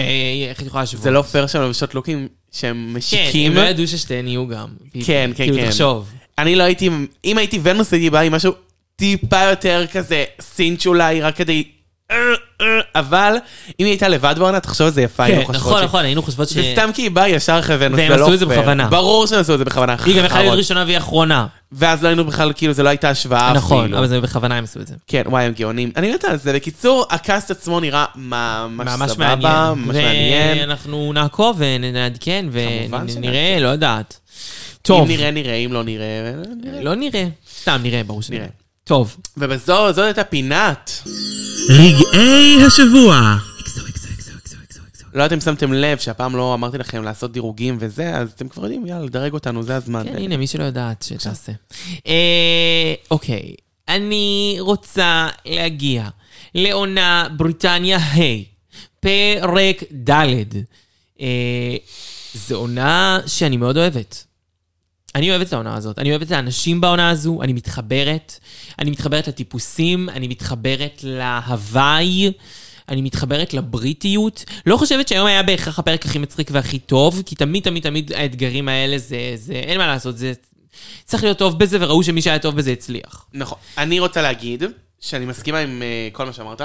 B: איך את יכולה להשוות?
C: זה לא פייר שהם לובשות לוקים שהם משיקים.
B: כן, הם לא ידעו ששתיהן יהיו גם.
C: כן, כן, כן.
B: כאילו, תחשוב.
C: אני לא הייתי, אם הייתי ונוס הייתי בא עם משהו טיפה יותר כזה סינץ' אולי, רק כדי... אה, אה, אבל אם היא הייתה לבד בעונה, תחשוב איזה יפה
B: כן,
C: היינו חושבות.
B: נכון,
C: שהיא-
B: נכון, היינו חושבות ש...
C: זה סתם כי היא באה ישר אחרי ונוס,
B: והם
C: לא
B: עשו את זה
C: פייר.
B: בכוונה.
C: ברור שהם עשו את זה בכוונה.
B: היא גם יכלה להיות
C: חרות.
B: ראשונה והיא אחרונה.
C: ואז לא היינו בכלל, כאילו, זה לא הייתה השוואה אפילו.
B: נכון, אבל זה בכוונה הם עשו את זה.
C: כן, וואי, הם גאונים. אני מתה על זה. בקיצור, הקאסט עצמו נראה ממש
B: ממש
C: סבבה,
B: מעניין.
C: ממש מעניין.
B: ואנחנו נעקוב ונעדכן
C: כמובן
B: ונראה,
C: שנעדכן.
B: לא יודעת.
C: אם
B: טוב,
C: נראה, נראה, אם לא נראה, נראה.
B: לא נראה. סתם נראה, ברור שנראה.
C: נראה.
B: טוב.
C: ובזו, זאת הייתה פינת.
B: רגעי השבוע.
C: לא יודעת אם שמתם לב שהפעם לא אמרתי לכם לעשות דירוגים וזה, אז אתם כבר יודעים, יאללה, דרג אותנו, זה הזמן.
B: כן, הנה, מי שלא יודעת, שתעשה. אה, אוקיי, אני רוצה להגיע לעונה בריטניה ה', פרק ד'. אה, זו עונה שאני מאוד אוהבת. אני אוהבת את העונה הזאת, אני אוהבת את האנשים בעונה הזו, אני מתחברת. אני מתחברת לטיפוסים, אני מתחברת להוואי. אני מתחברת לבריטיות. לא חושבת שהיום היה בהכרח הפרק הכי מצחיק והכי טוב, כי תמיד תמיד תמיד האתגרים האלה זה, זה אין מה לעשות, זה צריך להיות טוב בזה, וראו שמי שהיה טוב בזה הצליח.
C: נכון. אני רוצה להגיד שאני מסכימה עם אה, כל מה שאמרת.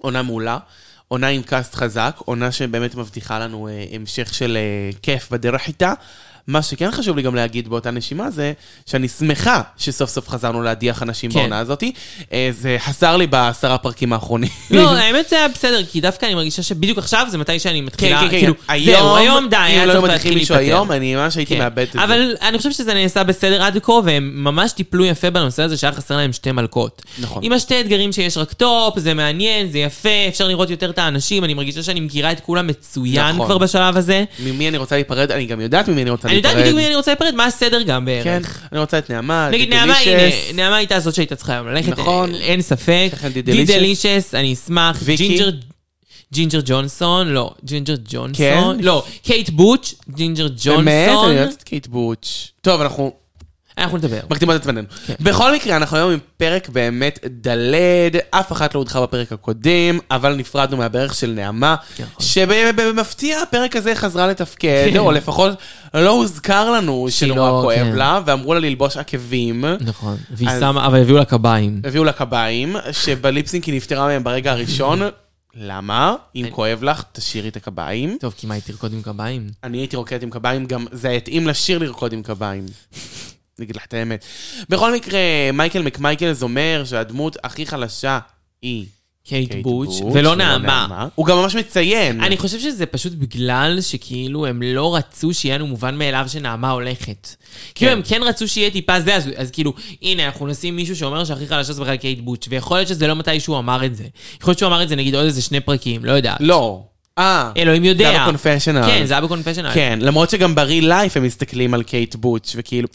C: עונה מעולה, עונה עם קאסט חזק, עונה שבאמת מבטיחה לנו אה, המשך של אה, כיף בדרך איתה. מה שכן חשוב לי גם להגיד באותה נשימה זה שאני שמחה שסוף סוף חזרנו להדיח אנשים
B: כן.
C: בעונה הזאתי. אה, זה חסר לי בעשרה פרקים האחרונים. *laughs*
B: לא, האמת זה היה בסדר, כי דווקא אני מרגישה שבדיוק עכשיו זה מתי שאני מתחילה,
C: כן, כן, כן.
B: כאילו, זהו, היום די,
C: אם
B: היה
C: לא היו
B: צריך
C: מדיחים
B: להתחיל
C: מישהו
B: להיפטר.
C: היום, אני ממש הייתי
B: כן.
C: מאבד את זה.
B: אבל אני חושב שזה נעשה בסדר עד כה, והם ממש טיפלו יפה בנושא הזה שהיה חסר להם שתי מלקות.
C: נכון.
B: עם השתי אתגרים שיש רק טופ, זה מעניין, זה יפה, אפשר לראות יותר את האנשים, אני מרגישה שאני מכירה את כולם מצוין
C: נכון.
B: כבר בשלב הזה.
C: ממי אני רוצה להיפרד? אני גם יודעת ממי אני רוצה
B: אני
C: להיפרד.
B: יודעת בדיוק מי אני רוצה להיפרד, מה הסדר גם
C: כן,
B: בערך.
C: אני רוצה את נעמה,
B: נגיד
C: את
B: נעמה, הנה,
C: דלישס.
B: נעמה הייתה זאת שהייתה צריכה היום ללכת,
C: נכון.
B: אה, אין ספק.
C: יש לכם די
B: די
C: דלישס?
B: דלישס, אני אשמח.
C: ויקי?
B: ג'ינג'ר... ג'ינג'ר ג'ונסון, לא, ג'ינג'ר ג'ונסון,
C: כן?
B: לא, קייט בוטש, ג'ינג'ר
C: באמת? אני
B: ג'ונסון,
C: יודעת את קייט בוטש. טוב, אנחנו
B: אנחנו נדבר.
C: מקדימות את עצמנו.
B: כן.
C: בכל מקרה, אנחנו היום עם פרק באמת דלד, אף אחת לא הודחה בפרק הקודם, אבל נפרדנו מהברך של נעמה,
B: נכון.
C: שבמפתיע הפרק הזה חזרה לתפקד,
B: כן.
C: או לפחות לא הוזכר לנו
B: שהיא
C: שנורא
B: לא-
C: כואב
B: כן.
C: לה, ואמרו לה ללבוש עקבים.
B: נכון, והיא
C: אז-
B: שמה, אבל הביאו לה קביים.
C: הביאו לה קביים, שבליפסינק היא נפטרה מהם ברגע הראשון. למה? אם כואב לך, תשאירי את הקביים.
B: טוב, כי מה, היא תרקוד עם קביים?
C: אני הייתי רוקדת עם קביים, גם זה התאים לשיר לרקוד עם קביים. אני אגיד לך את האמת. בכל מקרה, מייקל מקמייקלס אומר שהדמות הכי חלשה היא
B: קייט
C: קייט
B: בוטש, ולא נעמה.
C: הוא גם ממש מציין.
B: אני חושב שזה פשוט בגלל שכאילו הם לא רצו שיהיה לנו מובן מאליו שנעמה הולכת. כאילו הם כן רצו שיהיה טיפה זה, אז, אז כאילו, הנה, אנחנו נשים מישהו שאומר שהכי חלשה זה בכלל קייט בוטש, ויכול להיות שזה לא מתי שהוא אמר את זה. יכול להיות שהוא אמר את זה נגיד עוד איזה שני פרקים, לא יודעת.
C: לא. אה.
B: אלוהים יודע.
C: זה היה בקונפשיונל.
B: כן, זה היה בקונפשיונל.
C: כן, למרות שגם ברי לייף הם מסתכלים על קייט בוטש, וכאילו...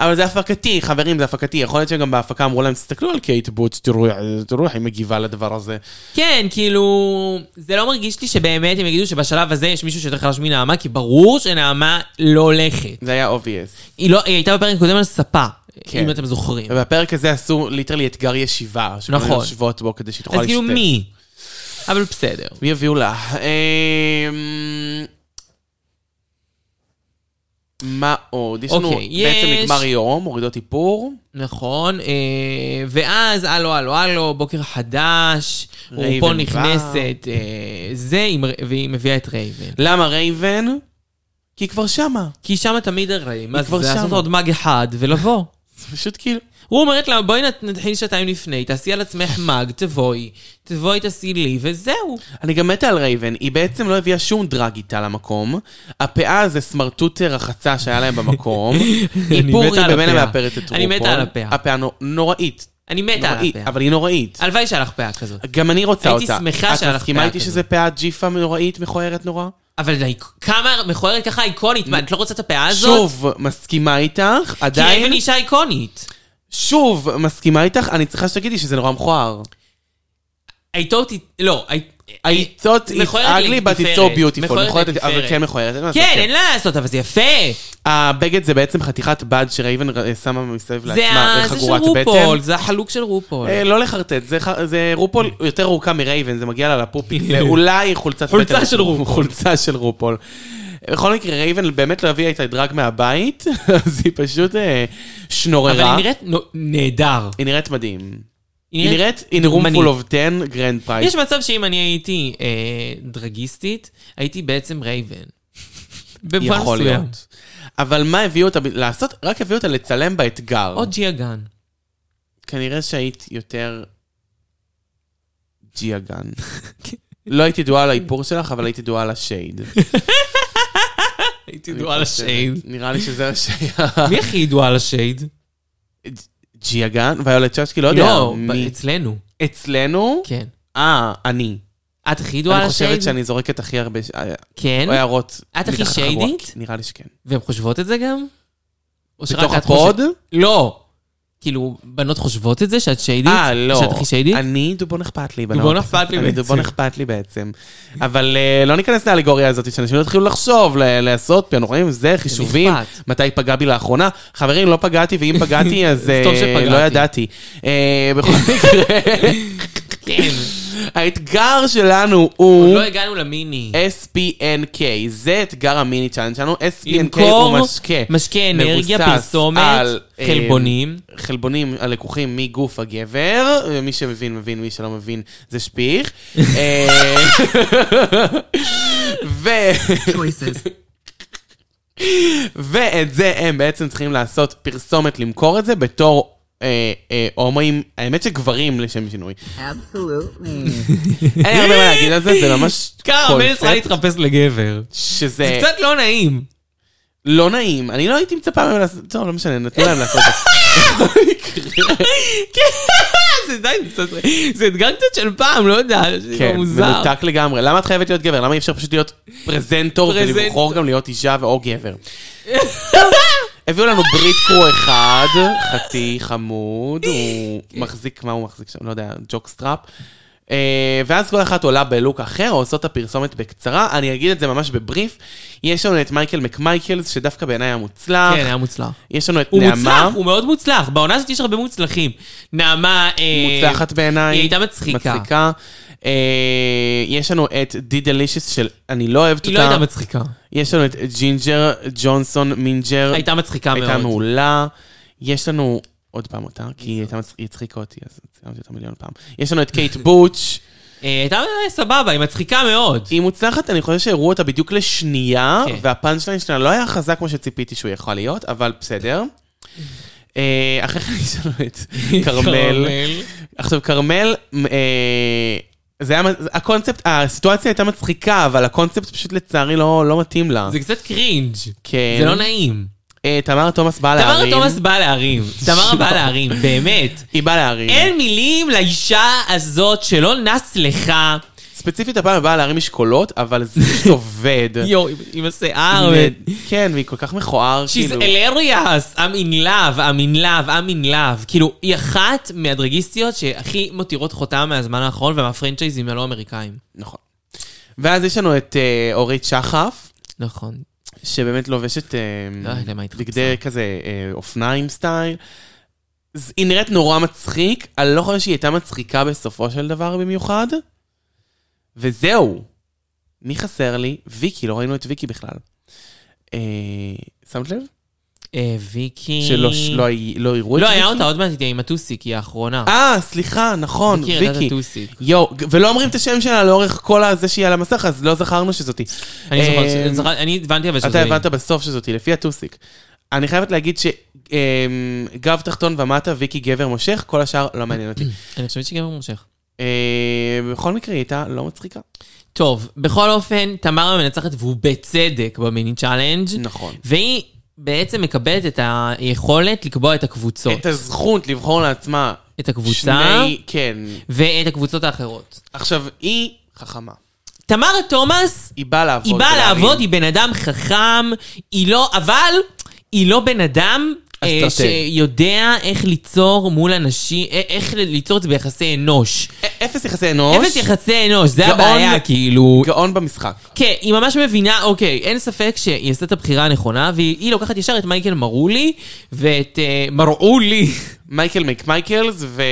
C: אבל זה הפקתי, חברים, זה הפקתי. יכול להיות שגם בהפקה אמרו להם, תסתכלו על קייט בוטש, תראו תראו איך היא מגיבה לדבר הזה.
B: כן, כאילו, זה לא מרגיש לי שבאמת הם יגידו שבשלב הזה יש מישהו שיותר חלש מנעמה, כי ברור שנעמה לא הולכת.
C: זה היה obvious.
B: היא לא, היא הייתה בפרק הקודם על ספה,
C: כן.
B: אם אתם זוכרים.
C: ובפרק הזה עשו ליטרלי אתגר ישיבה. שכולם
B: נכון.
C: יושבות בו כדי שהיא תוכל
B: אז
C: להשתתף.
B: כאילו מי? אבל בסדר.
C: מי יביאו לה? אמ, מה עוד? יש לנו,
B: אוקיי,
C: בעצם
B: יש-
C: נגמר יום, מורידות איפור.
B: נכון, אה, ואז הלו, הלו, הלו, בוקר חדש,
C: רייבן
B: רופו
C: בא.
B: נכנסת, אה, זה, עם ר- והיא מביאה את רייבן.
C: למה רייבן? כי היא כבר שמה.
B: כי שם תמיד הרעים, אז
C: כבר
B: זה לעשות
C: שמה.
B: עוד מאג אחד ולבוא.
C: זה פשוט כאילו...
B: הוא אומרת לה, בואי נת- נתחיל שנתיים לפני, תעשי על עצמך מאג, תבואי, תבואי תעשי לי, וזהו.
C: אני גם מתה על רייבן, היא בעצם לא הביאה שום דרג איתה למקום. הפאה זה סמרטוט רחצה שהיה להם
B: *laughs*
C: במקום.
B: אני
C: איפור
B: מתה
C: היא
B: על
C: במילא
B: הפאה.
C: מאפרת את רופול.
B: אני מתה על הפאה.
C: הפאה נו- נוראית.
B: אני מתה על
C: נוראית,
B: הפאה.
C: לא, אבל היא נוראית.
B: הלוואי שהיה לך פאה כזאת.
C: גם אני רוצה
B: הייתי
C: אותה.
B: שמחה שהיה
C: את
B: לך
C: מסכימה
B: פאה
C: איתי
B: כזאת.
C: שזה פאה ג'יפה נוראית, מכוערת נורא?
B: אבל די, כמה מכוערת ככה איקונית, מה, את לא רוצה את הפאה הזאת?
C: שוב, מסכימה איתך,
B: כי אבן
C: עדיין,
B: אישה איקונית.
C: שוב, מסכימה איתך, אני צריכה שתגידי שזה נורא מכוער.
B: הייתות, היא- לא, הי-
C: I thought it's
B: מכוערת
C: ugly, but it's so
B: לתפארת.
C: beautiful.
B: מכוערת
C: מכוערת, אבל
B: לתפארת.
C: כן מכוערת. אין מה לעשות,
B: כן, אין לה לעשות, אבל זה יפה.
C: הבגד זה בעצם חתיכת בד שרייבן אה, שמה מסביב
B: זה
C: לעצמה,
B: ה- זה של
C: וחגורת
B: רופול,
C: בטן.
B: זה החלוק של רופול.
C: אה, לא לחרטט, זה ח- זה רופול יותר ארוכה מרייבן, זה מגיע לה לפופיק. זה אולי חולצת
B: חולצה
C: בטן.
B: של רופול.
C: חולצה של רופול. בכל מקרה, רייבן באמת לא הביאה את הדרג מהבית, *laughs* אז היא פשוט אה,
B: אבל
C: שנוררה.
B: היא נראית נו- נהדר.
C: היא נראית מדהים. היא נראית in a room
B: דוגמנית.
C: full of 10 grand prize.
B: יש מצב שאם אני הייתי אה, דרגיסטית, הייתי בעצם רייבן.
C: *laughs*
B: במובן
C: יכול
B: מסוים.
C: להיות. אבל מה הביאו אותה ב- לעשות? רק הביאו אותה לצלם באתגר.
B: או ג'יה גן.
C: כנראה שהיית יותר ג'יה
B: *laughs*
C: גן.
B: כן.
C: לא הייתי דועה על האיפור שלך, אבל הייתי דועה על
B: *laughs*
C: השייד.
B: הייתי ידועה לשייד.
C: נראה לי שזה השייד.
B: מי הכי ידועה לשייד?
C: ג'יה גן והיולט צ'אצ'קי, לא יודע.
B: לא,
C: מי-
B: אצלנו.
C: אצלנו?
B: כן.
C: אה, אני.
B: את הכי ידועה
C: אני
B: לשייד?
C: חושבת שאני זורקת הכי הרבה ש-
B: כן?
C: הערות.
B: את הכי
C: מתחת לחגורה.
B: שיידית?
C: נראה לי שכן.
B: והן חושבות את זה גם? או שרק
C: בתוך
B: את חושבת-
C: הפוד?
B: לא. כאילו, בנות חושבות את זה שאת שיידית?
C: אה, לא.
B: שאת הכי שיידית?
C: אני דובון אכפת לי, בנות.
B: דובון אכפת לי
C: אני
B: בעצם.
C: דובון אכפת לי בעצם. אבל אה, לא ניכנס לאלגוריה הזאת, שאנשים לא יתחילו לחשוב, ל- לעשות פי, אנחנו רואים, זה חישובים,
B: אכפת.
C: מתי פגע בי לאחרונה. חברים, לא פגעתי, ואם
B: *laughs*
C: פגעתי, אז
B: אז טוב
C: אה,
B: שפגעתי.
C: לא ידעתי. אה, בכל מקרה,
B: כן.
C: *laughs* האתגר שלנו הוא...
B: עוד לא הגענו למיני.
C: SPNK, זה אתגר המיני צ'אנל שלנו, SPNK
B: למכור
C: הוא משקה.
B: משקה אנרגיה,
C: מבוסס
B: פרסומת,
C: על, אה,
B: חלבונים.
C: חלבונים הלקוחים מגוף הגבר, מי שמבין מבין, מי שלא מבין זה שפיך. אה, ו...
A: Choices.
C: ואת זה הם בעצם צריכים לעשות פרסומת, למכור את זה בתור אה, אה, הומואים, האמת שגברים לשם שינוי.
A: Absolutely.
C: אין לי הרבה מה להגיד על זה, זה ממש
B: ככה, בן ישראל
C: קונספט
B: התחפש לגבר.
C: שזה...
B: זה קצת לא נעים. *laughs*
C: לא נעים, אני לא הייתי מצפה מהם לעשות, טוב, לא משנה, נתנו להם לעשות את זה.
B: כן, זה די קצת... זה אתגר קצת של פעם, לא יודע, זה
C: כן,
B: מוזר.
C: מנותק לגמרי. למה את חייבת להיות גבר? למה אי אפשר פשוט להיות פרזנטור
B: פרזנטור.
C: ולבחור גם להיות אישה ואו
B: *laughs*
C: גבר? הביאו לנו ברית קרו אחד, חתי חמוד, הוא מחזיק, מה הוא מחזיק שם? לא יודע, ג'וקסטראפ. אה, ואז כל אחת עולה בלוק אחר, או עושות את הפרסומת בקצרה. אני אגיד את זה ממש בבריף. יש לנו את מייקל מקמייקלס, שדווקא בעיניי היה מוצלח.
B: כן, היה מוצלח.
C: יש לנו את
B: הוא מוצלח,
C: נעמה,
B: הוא מאוד מוצלח. בעונה הזאת יש הרבה מוצלחים. נעמה... אה,
C: מוצלחת בעיניי.
B: היא הייתה מצחיקה.
C: מצחיקה. אה, יש לנו את די דלישיס של אני לא אוהבת
B: היא
C: אותה.
B: לא הייתה מצחיקה.
C: יש לנו את ג'ינג'ר ג'ונסון מינג'ר.
B: הייתה מצחיקה מאוד.
C: הייתה מעולה. יש לנו, עוד פעם אותה, כי היא הייתה מצ- היא הצחיקה אותי, אז ציינתי אותה מיליון פעם. יש לנו את
B: *laughs*
C: קייט בוטש.
B: אה, הייתה אה, סבבה, היא מצחיקה מאוד.
C: היא מוצלחת, אני חושב שהראו אותה בדיוק לשנייה,
B: כן.
C: והפאנץ' ליין שלה לא היה חזק כמו שציפיתי שהוא יכול להיות, אבל
B: *laughs*
C: בסדר. אה, אחרי כן יש לנו את כרמל. עכשיו, כרמל, אה, זה היה, הקונספט, הסיטואציה הייתה מצחיקה, אבל הקונספט פשוט לצערי לא, לא מתאים לה.
B: זה קצת קרינג'.
C: כן.
B: זה לא נעים.
C: אה, תמר תומאס באה להרים. לא. כן.
B: תמרה תומאס באה
C: *laughs*
B: להרים. תמרה באה להרים, באמת.
C: היא באה להרים.
B: אין מילים לאישה הזאת שלא נס לך.
C: כן. ספציפית הפעם היא באה להרים משקולות, אבל זה פשוט
B: *laughs*
C: עובד.
B: יואו, עם- עם השיער. ו-
C: ו- כן, והיא כל כך מכוער,
B: She's
C: כאילו.
B: hilarious, I'm in love, I'm in love, I'm in love. כאילו, היא אחת מהדרגיסטיות שהכי מותירות חותם מהזמן האחרון ומהפרנצ'ייזים הלא אמריקאים.
C: נכון. ואז יש לנו את אה, אורית שחף,
B: נכון.
C: שבאמת לובשת אה,
B: לא יודעת למה התחפשה.
C: בגדי כזה אה, אופניים סטייל. ז- היא נראית נורא מצחיק, אני לא חושב שהיא הייתה מצחיקה בסופו של דבר במיוחד. וזהו. מי חסר לי? ויקי, לא ראינו את ויקי בכלל. אה, שמת לב?
B: אה, ויקי...
C: שלא שלא הי- לא הראו את
B: לא,
C: ויקי?
B: היה אותה עוד מעט איתי עם הטוסיק, היא האחרונה.
C: אה, סליחה, נכון,
B: ויקי ילדת
C: ויקי.
B: הטוסיק.
C: יואו, ג- ולא אומרים את השם שלה לאורך כל הזה שהיא על המסך, אז לא זכרנו שזאתי.
B: אני זוכרת,
C: אה,
B: אני זוכרת- אני הבנתי אבל שזה...
C: אתה
B: היא.
C: הבנת בסוף שזאתי, לפי הטוסיק. אני חייבת להגיד שגב תחתון ומטה, ויקי גבר מושך, כל השאר לא מעניין אותי.
B: אני חושבת שגבר מושך.
C: אה, בכל מקרה, היא הייתה לא מצחיקה.
B: טוב, בכל אופן, תמרה מנצחת, והוא בצדק במיני צ'אלנג'.
C: נכון.
B: והיא בעצם מקבלת את היכולת לקבוע את הקבוצות.
C: את הזכות לבחור לעצמה
B: את הקבוצה,
C: שני... כן.
B: ואת הקבוצות האחרות.
C: עכשיו, היא חכמה.
B: תמרה תומאס,
C: היא באה לעבוד.
B: היא באה
C: ולהרים.
B: לעבוד, היא בן אדם חכם, היא לא, אבל היא לא בן אדם... אה,
C: אסטרטג.
B: שיודע איך ליצור מול אנשים, אה, איך ליצור את זה ביחסי אנוש.
C: א- אפס יחסי אנוש.
B: אפס יחסי אנוש, זה
C: גאון-
B: הבעיה, כאילו.
C: גאון במשחק.
B: כן, היא ממש מבינה, אוקיי, אין ספק שהיא עשתה את הבחירה הנכונה, והיא היא לוקחת ישר את מייקל מרולי, ואת אה, מרעולי,
C: מייקל מקמייקלס ו...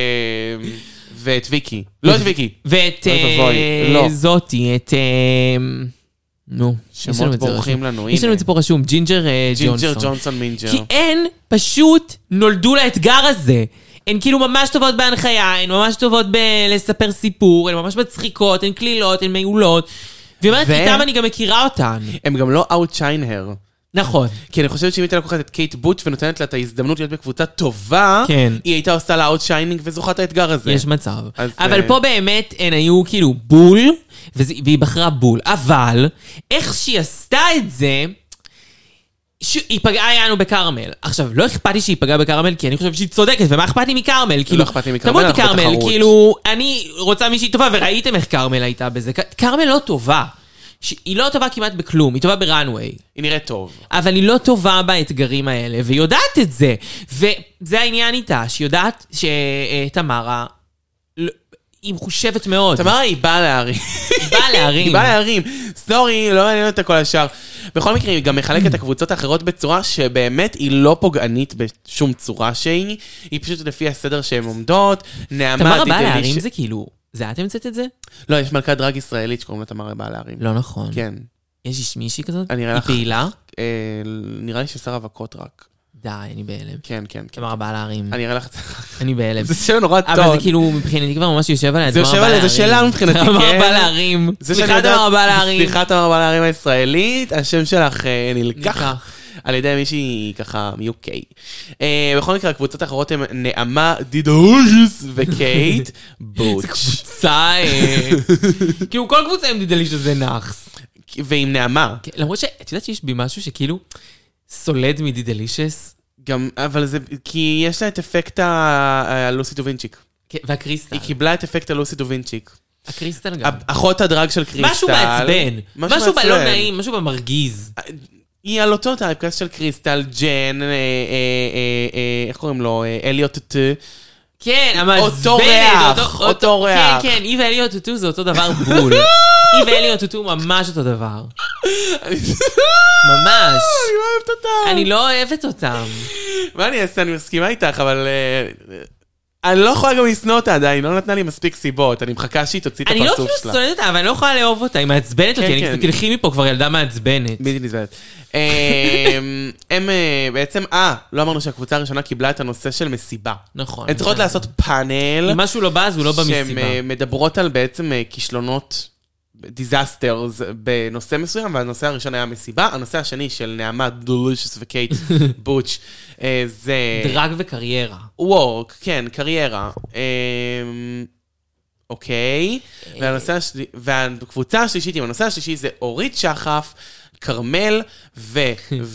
C: ואת ויקי. לא את ויקי.
B: *laughs* ואת
C: אוי
B: אה,
C: ואבוי, לא.
B: זאתי, את... אה, נו, יש לנו
C: שמות
B: את זה
C: בורחים
B: רשום.
C: לנו,
B: יש לנו
C: הנה.
B: את זה פה רשום, ג'ינג'ר אה,
C: ג'ינג'ר
B: ג'ונסון.
C: ג'ונסון מינג'ר.
B: כי הן פשוט נולדו לאתגר הזה. הן כאילו ממש טובות בהנחיה, הן ממש טובות בלספר סיפור, הן ממש מצחיקות, הן קלילות, הן מעולות. והיא אומרת,
C: ו-
B: איתם אני גם מכירה אותן.
C: הם גם לא אאוטשיין הר.
B: נכון.
C: כי אני חושבת שאם הייתה לוקחת את קייט בוטש ונותנת לה את ההזדמנות להיות בקבוצה טובה,
B: כן.
C: היא הייתה עושה לה אאוטשיינינג וזוכה את האתגר הזה.
B: יש מצב.
C: אז,
B: אבל
C: אה,
B: פה באמת הן היו כאילו בול, וזה- והיא בחרה בול. אבל, איך שהיא עשתה את זה, ש- היא פגעה יענו בכרמל. עכשיו, לא אכפת לי שהיא פגעה בכרמל, כי אני חושבת שהיא צודקת, ומה אכפת לי מכרמל? כאילו,
C: לא אכפת לי מכרמל,
B: תמותי
C: אנחנו
B: כרמל,
C: בתחרות.
B: כאילו, אני רוצה מישהי טובה, וראיתם איך כרמל הייתה בזה. כ- כרמל לא טובה. ש- היא לא טובה כמעט בכלום, היא טובה בראנוויי.
C: היא נראית טוב.
B: אבל היא לא טובה באתגרים האלה, והיא יודעת את זה. וזה העניין איתה, שהיא יודעת שתמרה, היא מחושבת מאוד.
C: תמרה היא
B: *laughs*
C: באה להרים.
B: היא באה
C: היא
B: להרים.
C: באה להרים. סורי, לא מעניין אותה כל השאר. בכל מקרה, היא גם מחלקת את הקבוצות האחרות בצורה שבאמת היא לא פוגענית בשום צורה שהיא. היא פשוט לפי הסדר שהן עומדות. נעמה
B: תמרה באה
C: דידלי ש-
B: להרים זה כאילו... זה את המצאת את זה?
C: לא, יש מלכת דרג ישראלית שקוראים לה תמר בעל הערים.
B: לא נכון.
C: כן.
B: יש איש מישהי כזאת?
C: אני אראה
B: היא
C: לך.
B: פעילה?
C: אה, נראה לי ששר רווקות רק.
B: די, אני בהלם.
C: כן, כן, כן.
B: תמר הבעל הערים.
C: אני אראה לך את זה. *laughs*
B: אני בהלם.
C: זה שם נורא טוב.
B: אבל זה כאילו, מבחינתי כבר ממש יושב עליה.
C: זה
B: תמר
C: יושב
B: הבעל
C: עליה, זה
B: הערים.
C: שלה מבחינתי,
B: תמר
C: כן.
B: הבעל הערים.
C: זה שאני
B: סליחה,
C: יודעת-
B: תמר הבעל הערים.
C: סליחה, תמר בעל הערים הישראלית, השם שלך אה, נלקח
B: ניקח.
C: על ידי מישהי ככה מ-UK. אה, בכל מקרה, הקבוצות האחרות הן נעמה דידאוז'ס
B: *laughs*
C: וקייט בוטש.
B: סאי.
C: *laughs*
B: כאילו, כל קבוצה עם דידלי שזה נאחס.
C: ועם נעמה.
B: כן, למרות שאת יודעת שיש בי משהו שכאילו סולד מדידלישס?
C: גם, אבל זה, כי יש לה את אפקט ה- הלוסי דווינצ'יק.
B: כן, והקריסטל.
C: היא קיבלה את אפקט הלוסי דווינצ'יק.
B: הקריסטל גם.
C: אחות הדרג של קריסטל. אה,
B: משהו מעצבן. משהו בלא נעים, משהו במרגיז.
C: היא על אותו טייפקאסט של קריסטל, ג'ן, אה, אה, אה, אה, איך קוראים לו? אה, אליוט טו.
B: כן, המעצבנת.
C: אותו ריח, אותו ריח.
B: כן, כן, היא ואליוט טוטו זה אותו דבר בול. E היא ואליוט טוטו ממש אותו דבר. ממש.
C: אני אוהבת אותה.
B: אני לא אוהבת אותם.
C: מה אני אעשה? אני מסכימה איתך, אבל... אה, אה, אני לא יכולה גם לשנוא אותה עדיין, היא לא נתנה לי מספיק סיבות, אני מחכה שהיא תוציא את
B: אני לא
C: הפרצוף
B: כאילו
C: שלה.
B: שונאת אותה, אבל אני לא יכולה לאהוב אותה, היא מעצבנת אותי.
C: כן,
B: אני
C: כן.
B: כאילו, תלכי מפה כבר ילדה מעצבנת.
C: בלתי נסבלת. אמ, *laughs* הם אה, בעצם, אה, לא אמרנו שהקבוצה הראשונה קיבלה את הנושא של מסיבה.
B: נכון.
C: הן צריכות
B: נכון.
C: לעשות פאנל,
B: אם משהו לא בא, אז הוא לא
C: שהן
B: במסיבה.
C: אה, מדברות על בעצם אה, כישלונות, דיזסטרס, בנושא מסוים, והנושא הראשון היה מסיבה, הנושא השני של נעמה דולושיוס
B: *laughs*
C: וקייט בוטש, אה, זה...
B: דרג וקריירה.
C: וורק, כן, קריירה. אמ, אוקיי.
B: אה.
C: והנושא השני, והקבוצה השלישית עם הנושא השלישי זה אורית שחף, כרמל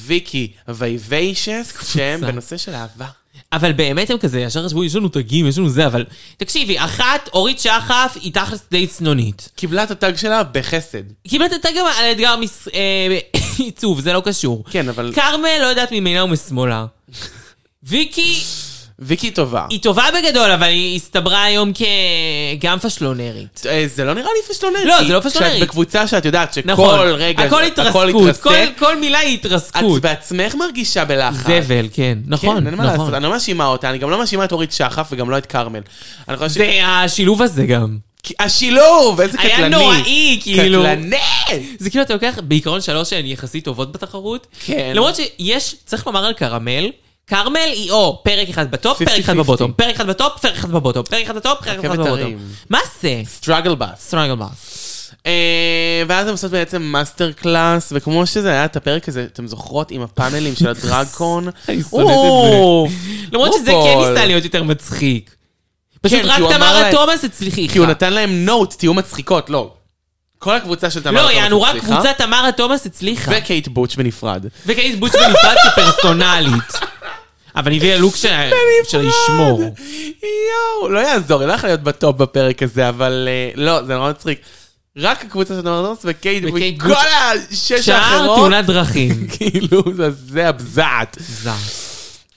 C: וויקי וייביישס, שהם בנושא של אהבה.
B: אבל באמת הם כזה, ישר חשבו, יש לנו תגים, יש לנו זה, אבל... תקשיבי, אחת, אורית שחף, היא תכלס די צנונית.
C: קיבלה את הטאג שלה בחסד.
B: קיבלת את גם על אתגר מס... אה, *coughs* עיצוב, זה לא קשור.
C: כן, אבל
B: כרמל לא יודעת מימינה ומשמאלה. ויקי
C: ויקי טובה.
B: היא טובה בגדול, אבל היא הסתברה היום כגם פשלונרית.
C: אה, זה לא נראה לי פשלונרי.
B: לא, זה לא
C: כשאת
B: פשלונרי.
C: בקבוצה שאת יודעת
B: נכון.
C: שכל רגע,
B: הכל התרסקות, כל, כל מילה היא
C: את
B: התרסקות.
C: בעצמך מרגישה בלחץ.
B: זבל, כן. נכון,
C: כן, אין מה
B: נכון.
C: לעשות, אני לא מאשימה אותה, אני גם לא מאשימה את אורית שחף וגם לא את כרמל. אני חושב ש...
B: זה השילוב הזה גם.
C: כי- השילוב, איזה קטלני.
B: היה נוראי, כאילו.
C: קטלני!
B: זה כאילו אתה לוקח בעיקרון שלוש שהן יחסית טובות בתחרות.
C: כן.
B: למרות שיש, צריך לומר על כרמל, כרמל היא או פרק אחד בטופ,
C: 50-50.
B: פרק אחד בבוטום, פרק אחד בטופ, פרק אחד בבוטום, פרק אחד בטופ, פרק אחד
C: רכבת
B: בבוטום.
C: הרים.
B: מה זה?
C: סטראגל בס.
B: סטרנגל באס.
C: אה, ואז הם עושות בעצם מאסטר קלאס, וכמו שזה היה את הפרק הזה, אתם זוכרות עם הפאנלים של *laughs* הדרגקון?
B: אני שונאת את זה.
C: אוף!
B: למרות שזה
C: רופול.
B: כן ניסה להיות יותר מצחיק. פשוט
C: כן,
B: רק
C: כי הוא אמר
B: תמרה
C: להם-
B: תומאס הצליחה.
C: כי הוא נתן להם נוט, תהיו מצחיקות, לא. כל הקבוצה של תמר
B: לא,
C: תומאס
B: יענו, רק
C: הצליחה,
B: קבוצת תמרה תומאס הצליחה.
C: וקייט בוטש בנפרד.
B: וקייס בוטש בנפרד כפרסונלית. אבל הביאה לוק שלה שלה ישמור.
C: יואו, לא יעזור, היא לא יכולה להיות בטופ בפרק הזה, אבל אה, לא, זה נורא מצחיק. רק הקבוצה של תמר תומאס וקייט
B: וקייט
C: בוטש, כל
B: בוטש.
C: השש
B: שער
C: האחרות,
B: תאונת
C: *laughs*
B: דרכים.
C: כאילו, זה- זה הבזעת.
B: זס.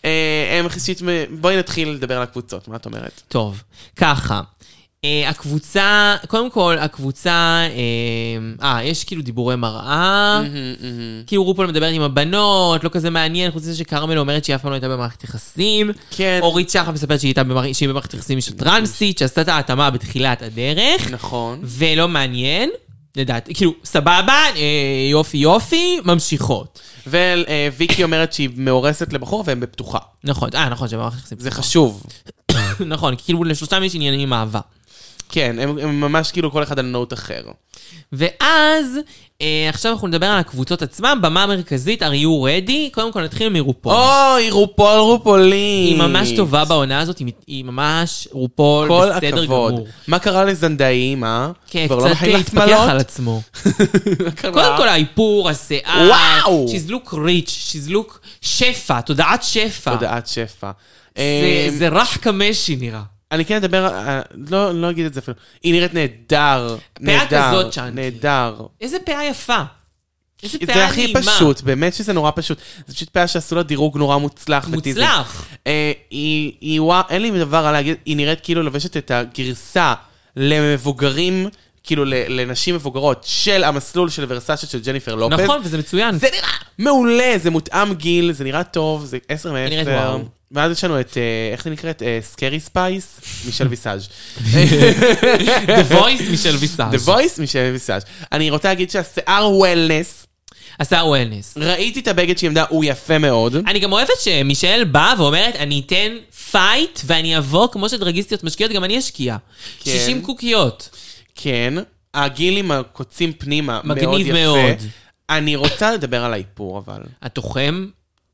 C: אה, הם יחסית, מ- בואי נתחיל לדבר על הקבוצות, מה את אומרת?
B: טוב, ככה. אה, הקבוצה, קודם כל, הקבוצה, אה, אה, יש כאילו דיבורי מראה,
C: Mm-hmm.
B: כאילו רופול מדברת עם הבנות, לא כזה מעניין, חוץ מזה שכרמל אומרת שהיא אף פעם לא הייתה במערכת יחסים.
C: כן.
B: אורית שחר מספרת שהיא הייתה במערכת- שהיא במערכת יחסים של טרנסית, שעשתה את ההתאמה בתחילת הדרך,
C: נכון.
B: ולא מעניין, לדעתי, כאילו, סבבה, אה, יופי יופי, ממשיכות.
C: וויקי אה, אומרת שהיא מאורסת לבחור והם בפתוחה.
B: נכון, אה, נכון, שבמערכת יחסים.
C: זה חשוב.
B: *laughs* נכון, כי כאילו לשלושתם יש עניינים עם אהבה.
C: כן, הם הם ממש כאילו כל אחד על נוט אחר.
B: ואז, אה, עכשיו אנחנו נדבר על הקבוצות עצמן, במה המרכזית, are you ready? קודם כל נתחיל מרופול.
C: אוי, רופול רופולי.
B: היא ממש טובה בעונה הזאת, היא, היא ממש רופול,
C: כל
B: בסדר
C: הכבוד.
B: גמור.
C: מה קרה לזנדאים, אה?
B: כן,
C: כבר לא
B: קצת
C: מחליף
B: להתפקח
C: מלות? *laughs*
B: על עצמו.
C: מה קרה?
B: קודם כל האיפור, השיער.
C: וואו!
B: She's look rich, she's look שפע, תודעת שפע.
C: הודעת שפע.
B: אה. זה-
C: אה,
B: זה רח קמשי נראה.
C: אני כן אדבר, אה, לא לא אגיד את זה אפילו. היא נראית נהדר. נהדר.
B: כזאת, צ'אנקי.
C: נהדר.
B: איזה פאה יפה. איזה פאה
C: זה הכי
B: נעימה.
C: פשוט, באמת שזה נורא פשוט. זה פשוט פאה שעשו לה דירוג נורא מוצלח. וטיזר.
B: מוצלח.
C: אה, היא, היא, וואו, אין לי דבר רע להגיד, היא נראית כאילו לובשת את הגרסה למבוגרים כאילו, ל- לנשים מבוגרות של המסלול של ורסאצ'ה של ג'ניפר לופז.
B: נכון, וזה מצוין.
C: זה נראה מעולה, זה מותאם גיל, זה נראה טוב, זה 10
B: נראית
C: מ-10.
B: וואו.
C: ואז יש לנו את, אה, איך זה נקראת? סקרי ספייס, מישל
B: *laughs*
C: ויסאז'. *laughs*
B: The voice משל
C: The
B: ויסאז'.
C: voice, מישל ויסאז'. אני רוצה להגיד שהשיער וולנס,
B: השיער וולנס.
C: ראיתי את הבגד שהיא עמדה, הוא יפה מאוד.
B: אני גם אוהבת שמישל באה ואומרת, אני אתן פייט ואני אבוא כמו שדרגיסטיות משקיעות, גם אני אשקיע.
C: כן.
B: 60 קוקיות.
C: כן, הגיל עם הקוצים פנימה, מאוד יפה.
B: מגניב מאוד.
C: אני רוצה לדבר על האיפור, אבל.
B: התוחם?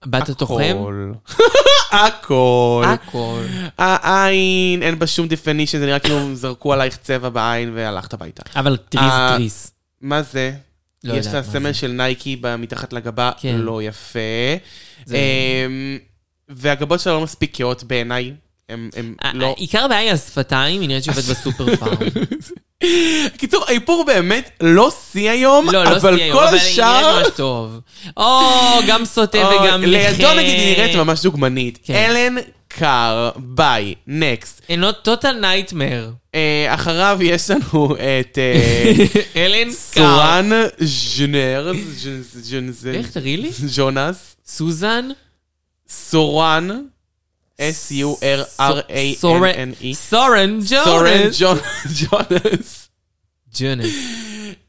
B: בת התוחם?
C: הכל. *laughs* הכל.
B: אה? הכל.
C: העין, אין בה שום definition, זה נראה כאילו זרקו עלייך צבע בעין והלכת הביתה.
B: אבל טריס
C: אה,
B: טריס.
C: מה זה?
B: לא
C: יש
B: יודעת
C: לה
B: מה
C: סמל
B: זה.
C: של נייקי ב- מתחת לגבה,
B: כן.
C: לא יפה.
B: זה-
C: אמ, והגבות שלה לא מספיק כאות בעיניי. הם הם
B: ה-
C: לא...
B: אה, עיקר הבעיה היא השפתיים, היא נראית שעובדת
C: *laughs*
B: בסופר פארם.
C: קיצור, האיפור באמת לא שיא היום,
B: לא, לא
C: אבל
B: סי היום,
C: כל
B: אבל היא
C: השאר...
B: נראית ממש טוב. או, גם סוטה
C: אוי,
B: וגם נכה.
C: לידו נגיד היא נראית ממש דוגמנית.
B: כן.
C: אלן קאר, ביי, נקסט.
B: אינו total nightmare.
C: אה, אחריו יש לנו את אה,
B: אלן קאר.
C: סורן ז'נרז, ז'נ- ז'נ-
B: איך תראי לי?
C: ז'ונס,
B: סוזן?
C: סורן, S-U-R-R-A-N-N-E,
B: סורן
C: E. סורן
B: ג'ונס.
C: ג'ון- ג'ונס.
B: ג'ונס.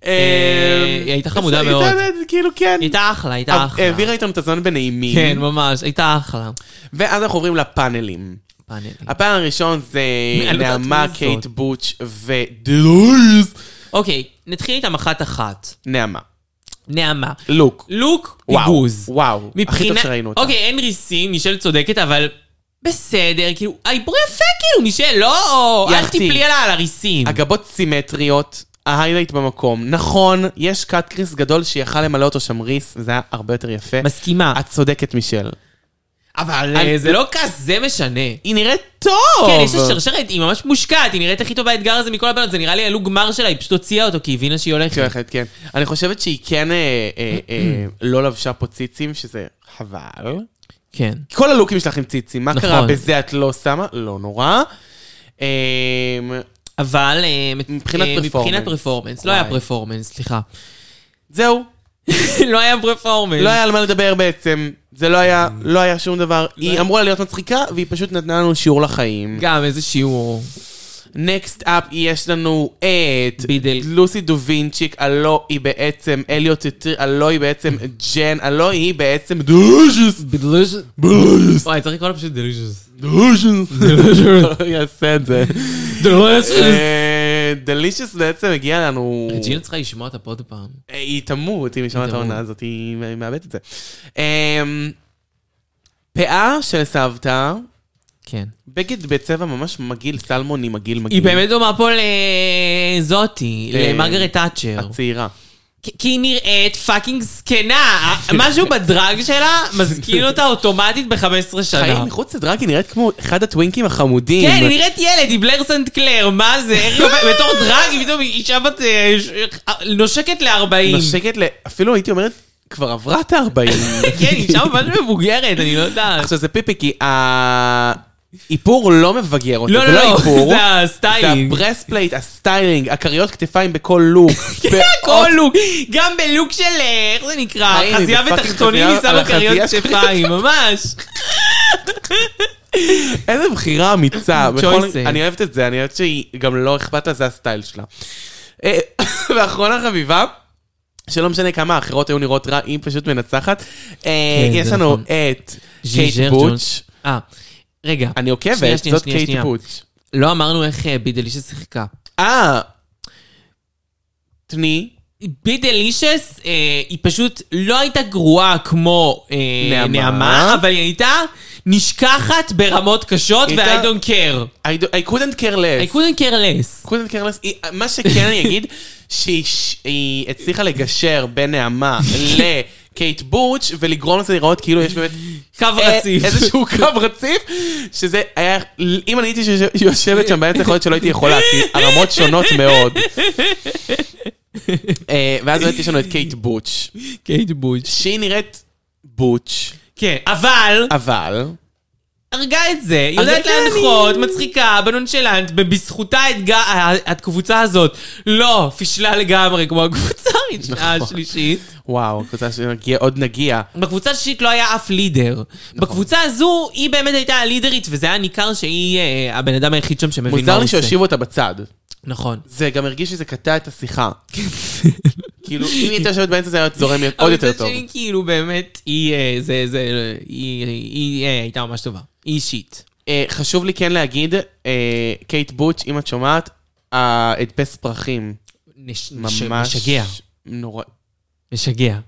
C: אה,
B: היא הייתה חמודה
C: אז
B: מאוד.
C: הייתה, כאילו, כן.
B: הייתה אחלה, הייתה אחלה.
C: העבירה איתנו את הזמן בנעימים.
B: כן, ממש, הייתה אחלה.
C: ואז אנחנו עוברים לפאנלים.
B: פאנל.
C: הפאנל הראשון זה
B: אני לא יודעת
C: נעמה,
B: מי זאת.
C: קייט בוטש ודלוז.
B: אוקיי, נתחיל איתם אחת-אחת.
C: נעמה.
B: נעמה.
C: לוק.
B: לוק,
C: וואו.
B: פיגוז.
C: וואו. הכי טוב
B: מבחינה...
C: שראינו אותה.
B: אוקיי, אין ריסים, מישל צודקת, אבל בסדר, כאילו, האיפור יפה, כאילו, מישל, לא, אל
C: יחתי.
B: תיפלי עליה על הריסים.
C: הגבות סימטריות, ההיילייט במקום. נכון, יש קאטקריס גדול שיכל למלא אותו שם ריס, זה היה הרבה יותר יפה.
B: מסכימה.
C: את צודקת, מישל.
B: אבל
C: אני-
B: אה, זה לא כזה משנה.
C: היא נראית טוב!
B: כן, יש לה שרשרת, היא ממש מושקעת, היא נראית הכי טוב באתגר הזה מכל הבנות, זה נראה לי הלוג גמר שלה, היא פשוט הוציאה אותו, כי היא הבינה שהיא
C: שהיא
B: הולכת.
C: הולכת, כן. אני חושבת שהיא כן אה, אה, אה, לא לבשה פה ציצים, שזה חבל.
B: כן.
C: כל הלוקים שלך עם ציצים, מה
B: נכון.
C: קרה בזה את לא שמה? לא נורא. אמ,
B: אבל אה, מת-
C: מבחינת
B: אה, מבחינת
C: פרפורמנס.
B: פרפורמנס, לא היה
C: וואי.
B: פרפורמנס, סליחה.
C: זהו,
B: *laughs* לא היה פרפורמנס.
C: לא היה על מה לדבר בעצם. זה לא היה, לא היה שום דבר. היא אמורה להיות מצחיקה, והיא פשוט נתנה לנו שיעור לחיים.
B: גם איזה שיעור.
C: נקסט אפ יש לנו את
B: בידל.
C: לוסי דווינצ'יק, הלא היא בעצם אליוט טטרי, הלא היא בעצם ג'ן, הלא היא בעצם דושוס,
B: בדלוז'
C: דושוס,
B: וואי, צריך לקרוא לה פשוט דלוז'ס.
C: דושוס, לא *laughs* יעשה את זה. *laughs*
B: דלוז'ס.
C: דלישוס בעצם הגיע לנו,
B: ג'ינה צריכה לשמוע את הפוד פעם.
C: אה, היא תמות אם היא שמעה את
B: תמות.
C: העונה הזאת, היא מ- מאבדת את זה. אמ, פאה של סבתא,
B: כן.
C: בגד בצבע ממש מגעיל, סלמוני מגעיל מגעיל.
B: היא באמת דומה פה לזאתי,
C: אה,
B: למרגרט תאצ'ר.
C: הצעירה.
B: כי- כי היא נראית פאקינג
C: *laughs*
B: זקנה. משהו בדרג שלה מזכיר אותה אוטומטית ב-15
C: חיים
B: שנה.
C: מחוץ לדרג היא נראית כמו אחד הטווינקים החמודים.
B: כן, היא נראית ילד, היא בלר סנט קלר, מה זה? איך היא
C: *laughs*
B: עובדת? בתור דרג, היא פתאום אישה בת... אה, ש- אה, נושקת ל-40.
C: נושקת ל... אפילו הייתי אומרת, כבר עברה
B: *laughs*
C: את ה-40.
B: כן, היא אישה ממש מבוגרת, אני לא יודעת.
C: עכשיו זה פיפי, כי האיפור לא מבגר אותה,
B: לא,
C: זה
B: לא,
C: לא
B: לא,
C: איפור.
B: זה
C: זה
B: הסטיילינג.
C: הברספלייט, הסטיילינג, הכריות כתפיים בכל
B: *laughs*
C: לוק.
B: כן, כל לוק, גם בלוק של, אה, איך זה נקרא?
C: חיים, היא
B: חזייה
C: בפאקינג
B: ותחתונים היא
C: חזייה על
B: שמה
C: החזייה
B: כריות
C: של-
B: שפיים, ממש.
C: איזה
B: *laughs*
C: בחירה אמיצה. בכל-
B: Choices.
C: אני אוהבת את זה, אני אוהבת שהיא גם לא אכפת לה, זה הסטייל שלה. אה, *coughs* ואחרונה חביבה, שלא משנה כמה האחרות היו נראות רע, היא פשוט מנצחת. אה,
B: כן,
C: יש
B: זה
C: לנו
B: נכון.
C: את
B: ז'יז'ר
C: קייט
B: ג'ונס.
C: בוטש.
B: אה, רגע.
C: אני
B: שנייה,
C: עוקבת,
B: שנייה,
C: זאת
B: שנייה,
C: קייט
B: שנייה.
C: בוטש.
B: לא אמרנו איך אה, בידלישס שיחקה.
C: אה, תני.
B: בידלישס, אה, היא פשוט לא הייתה גרועה כמו אה,
C: נעמה.
B: נעמה, אבל היא הייתה נשכחת ברמות קשות,
C: היא
B: ו-I
C: הייתה-
B: don't care.
C: I do- I couldn't care less.
B: I couldn't care less.
C: couldn't care less. היא- מה שכן
B: *laughs*
C: אני אגיד, שהיא ש- היא הצליחה לגשר בין נעמה *laughs* לקייט בוטש, ולגרום לזה להיראות כאילו יש באמת
B: קו
C: אה,
B: רציף.
C: איזשהו קו רציף, שזה היה, אם אני הייתי שיושב- יושבת שם באמצע, יכול להיות שלא הייתי יכולה, כי הרמות שונות
B: *laughs*
C: מאוד. אה, ואז באמת יש לנו את קייט בוטש,
B: *laughs* קייט בוטש.
C: שהיא נראית בוטש,
B: כן, אבל
C: אבל...
B: הרגה את זה, יודעת
C: הרגה לי.
B: להנחות, מצחיקה, בנונשלנט, ובזכותה התגע- ה- הקבוצה הזאת לא פישלה לגמרי כמו הקבוצה הראשונה-
C: נכון.
B: השלישית.
C: וואו, הקבוצה שנגיע, עוד נגיע.
B: בקבוצה השישית לא היה אף לידר.
C: נכון.
B: בקבוצה הזו, היא באמת הייתה הלידרית, וזה היה ניכר שהיא אה, הבן אדם היחיד שם שמבין מה הוא עושה.
C: מוזר לי שהושיבו אותה בצד.
B: נכון.
C: זה גם הרגיש שזה קטע את השיחה. כאילו, אם היא הייתה יושבת באמצע זה היה זורם לי עוד יותר טוב.
B: אבל מצד שני, כאילו, באמת, היא, אה, זה, זה, אה, היא, היא, היא אה, הייתה ממש טובה. היא אישית.
C: אה, חשוב לי כן להגיד, אה, קייט בוטש, אם את שומעת, ההדפס פרחים.
B: נש- נש-
C: ממש...
B: משגע.
C: נוראי.
B: משגע.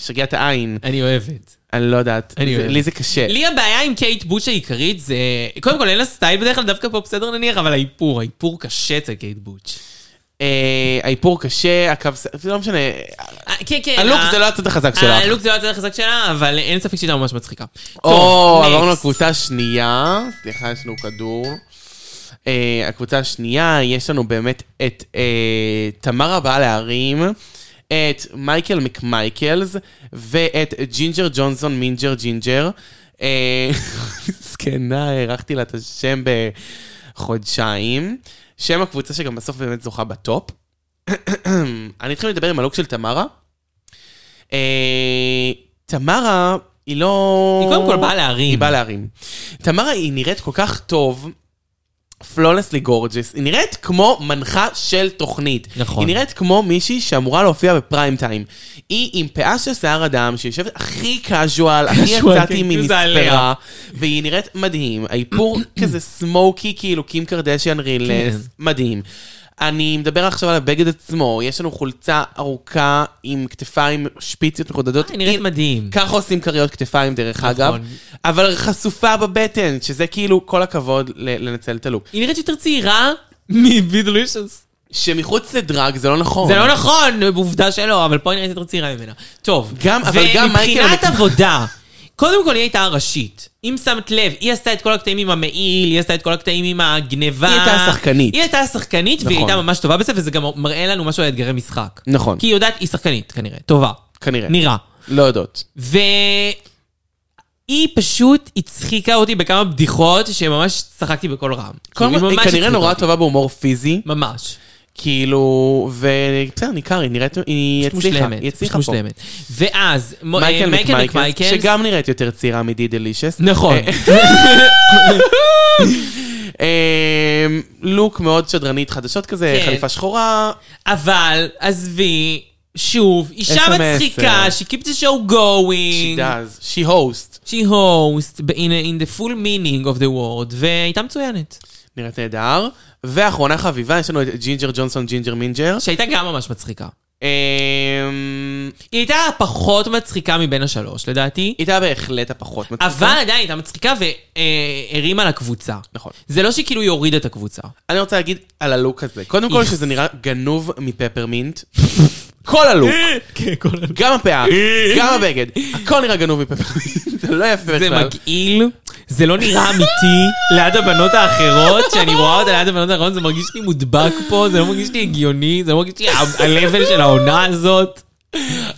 C: משגע את העין.
B: אני אוהבת.
C: אני לא יודעת.
B: אני
C: זה-
B: אוהב.
C: לי זה קשה.
B: לי הבעיה עם קייט בוש העיקרית זה... קודם כל, אין לה סטייל בדרך כלל, דווקא פה בסדר נניח, אבל האיפור, האיפור קשה אצל קייט בוש.
C: אה, האיפור קשה, הקו... ס- זה לא משנה.
B: אה, כן, כן.
C: הלוק
B: ה-
C: זה לא הצד החזק
B: אה,
C: שלך.
B: הלוק זה לא הצד החזק שלה, אבל אין ספק שהיא הייתה ממש מצחיקה.
C: או,
B: טוב,
C: עברנו
B: next.
C: לקבוצה השנייה. סליחה, יש לנו כדור. אה, הקבוצה השנייה, יש לנו באמת את אה, תמרה בעל הערים, את מייקל מקמייקלס ואת ג'ינג'ר ג'ונסון מינג'ר ג'ינג'ר. אה, *laughs* זקנה, הארכתי לה את השם בחודשיים. שם הקבוצה שגם בסוף באמת זוכה בטופ. אני אתחיל לדבר עם הלוק של תמרה. אה, תמרה, היא לא...
B: היא קודם כל באה להרים.
C: היא באה להרים. תמרה, היא נראית כל כך טוב. פלולסלי גורג'ס, היא נראית כמו מנחה של תוכנית.
B: נכון.
C: היא נראית כמו מישהי שאמורה להופיע בפריים טיים. היא עם פאה של שיער אדם, שיושבת הכי קאז'ואל, הכי
B: casual,
C: יצאתי
B: כן, כאילו זה
C: ממספרה,
B: עליה.
C: והיא נראית מדהים.
B: *clears throat*
C: האיפור כזה סמוקי, כאילו קים קרדשיאן רילס,
B: כן.
C: מדהים. אני מדבר עכשיו על הבגד עצמו, יש לנו חולצה ארוכה עם כתפיים שפיציות מחודדות.
B: אה, היא נראית מדהים.
C: ככה עושים כריות כתפיים דרך
B: נכון.
C: אגב, אבל חשופה בבטן, שזה כאילו כל הכבוד ל- לנצל את הלוק.
B: היא נראית יותר צעירה *laughs* מבידולישוס.
C: שמחוץ לדרג זה לא נכון.
B: זה לא נכון, עובדה שלא, אבל פה היא נראית יותר צעירה ממנה. טוב.
C: גם- אבל גם מייקל-
B: ומבחינת עבודה, קודם כל היא הייתה הראשית. אם שמת לב, היא עשתה את כל הקטעים עם המעיל, היא עשתה את כל הקטעים עם הגניבה.
C: היא הייתה השחקנית.
B: היא הייתה השחקנית, והיא
C: נכון.
B: הייתה ממש טובה בזה, וזה גם מראה לנו משהו על אתגרי משחק.
C: נכון,
B: כי היא יודעת, היא שחקנית כנראה, טובה.
C: כנראה.
B: נראה.
C: לא יודעות.
B: והיא פשוט הצחיקה אותי בכמה בדיחות שממש צחקתי בקול רם.
C: כל
B: כאילו,
C: מה- היא
B: ממש
C: כנראה
B: הצחיקה
C: נורא
B: אותי.
C: טובה בהומור פיזי,
B: ממש.
C: כאילו, ובסדר, ניכר, היא נראית, היא הצליחה,
B: מושלמת.
C: היא הצליחה פה.
B: מושלמת. ואז, מ-
C: מייקל
B: אה,
C: מקמייקלס,
B: מקמייקלס-
C: שגם אה, נראית יותר צעירה מדי דלישס.
B: נכון.
C: אמ, לוק מאוד שדרנית חדשות כזה,
B: כן.
C: חליפה שחורה,
B: *laughs* אבל, עזבי, שוב, אישה
C: SMS.
B: מצחיקה, she keeps the show going.
C: אה. she does, she host.
B: She host in, in the full meaning of the word, והייתה מצוינת.
C: נראית נהדר. ואחרונה חביבה, יש לנו את ג'ינג'ר ג'ונסון, ג'ינג'ר מינג'ר.
B: שהייתה גם ממש מצחיקה.
C: אמ,
B: היא הייתה הפחות מצחיקה מבין השלוש, לדעתי,
C: הייתה בהחלט הפחות מצחיקה.
B: אבל עדיין הייתה מצחיקה והרימה לקבוצה.
C: נכון.
B: זה לא שכאילו היא הורידה את
C: *laughs*
B: הקבוצה.
C: אני רוצה להגיד על הלוק הזה. קודם כל,
B: איך.
C: שזה נראה גנוב מפפרמינט. כל הלוק.
B: כן, כל
C: גם הפאה, גם הבגד. הכל נראה גנוב מפפרמינט. זה לא
B: זה
C: יפה בכלל.
B: מגעיל, זה לא נראה אמיתי ליד הבנות האחרות, שאני רואה אותה ליד הבנות האחרות, זה מרגיש לי מודבק פה, זה לא מרגיש לי הגיוני, זה לא מרגיש לי ה-level של העונה הזאת.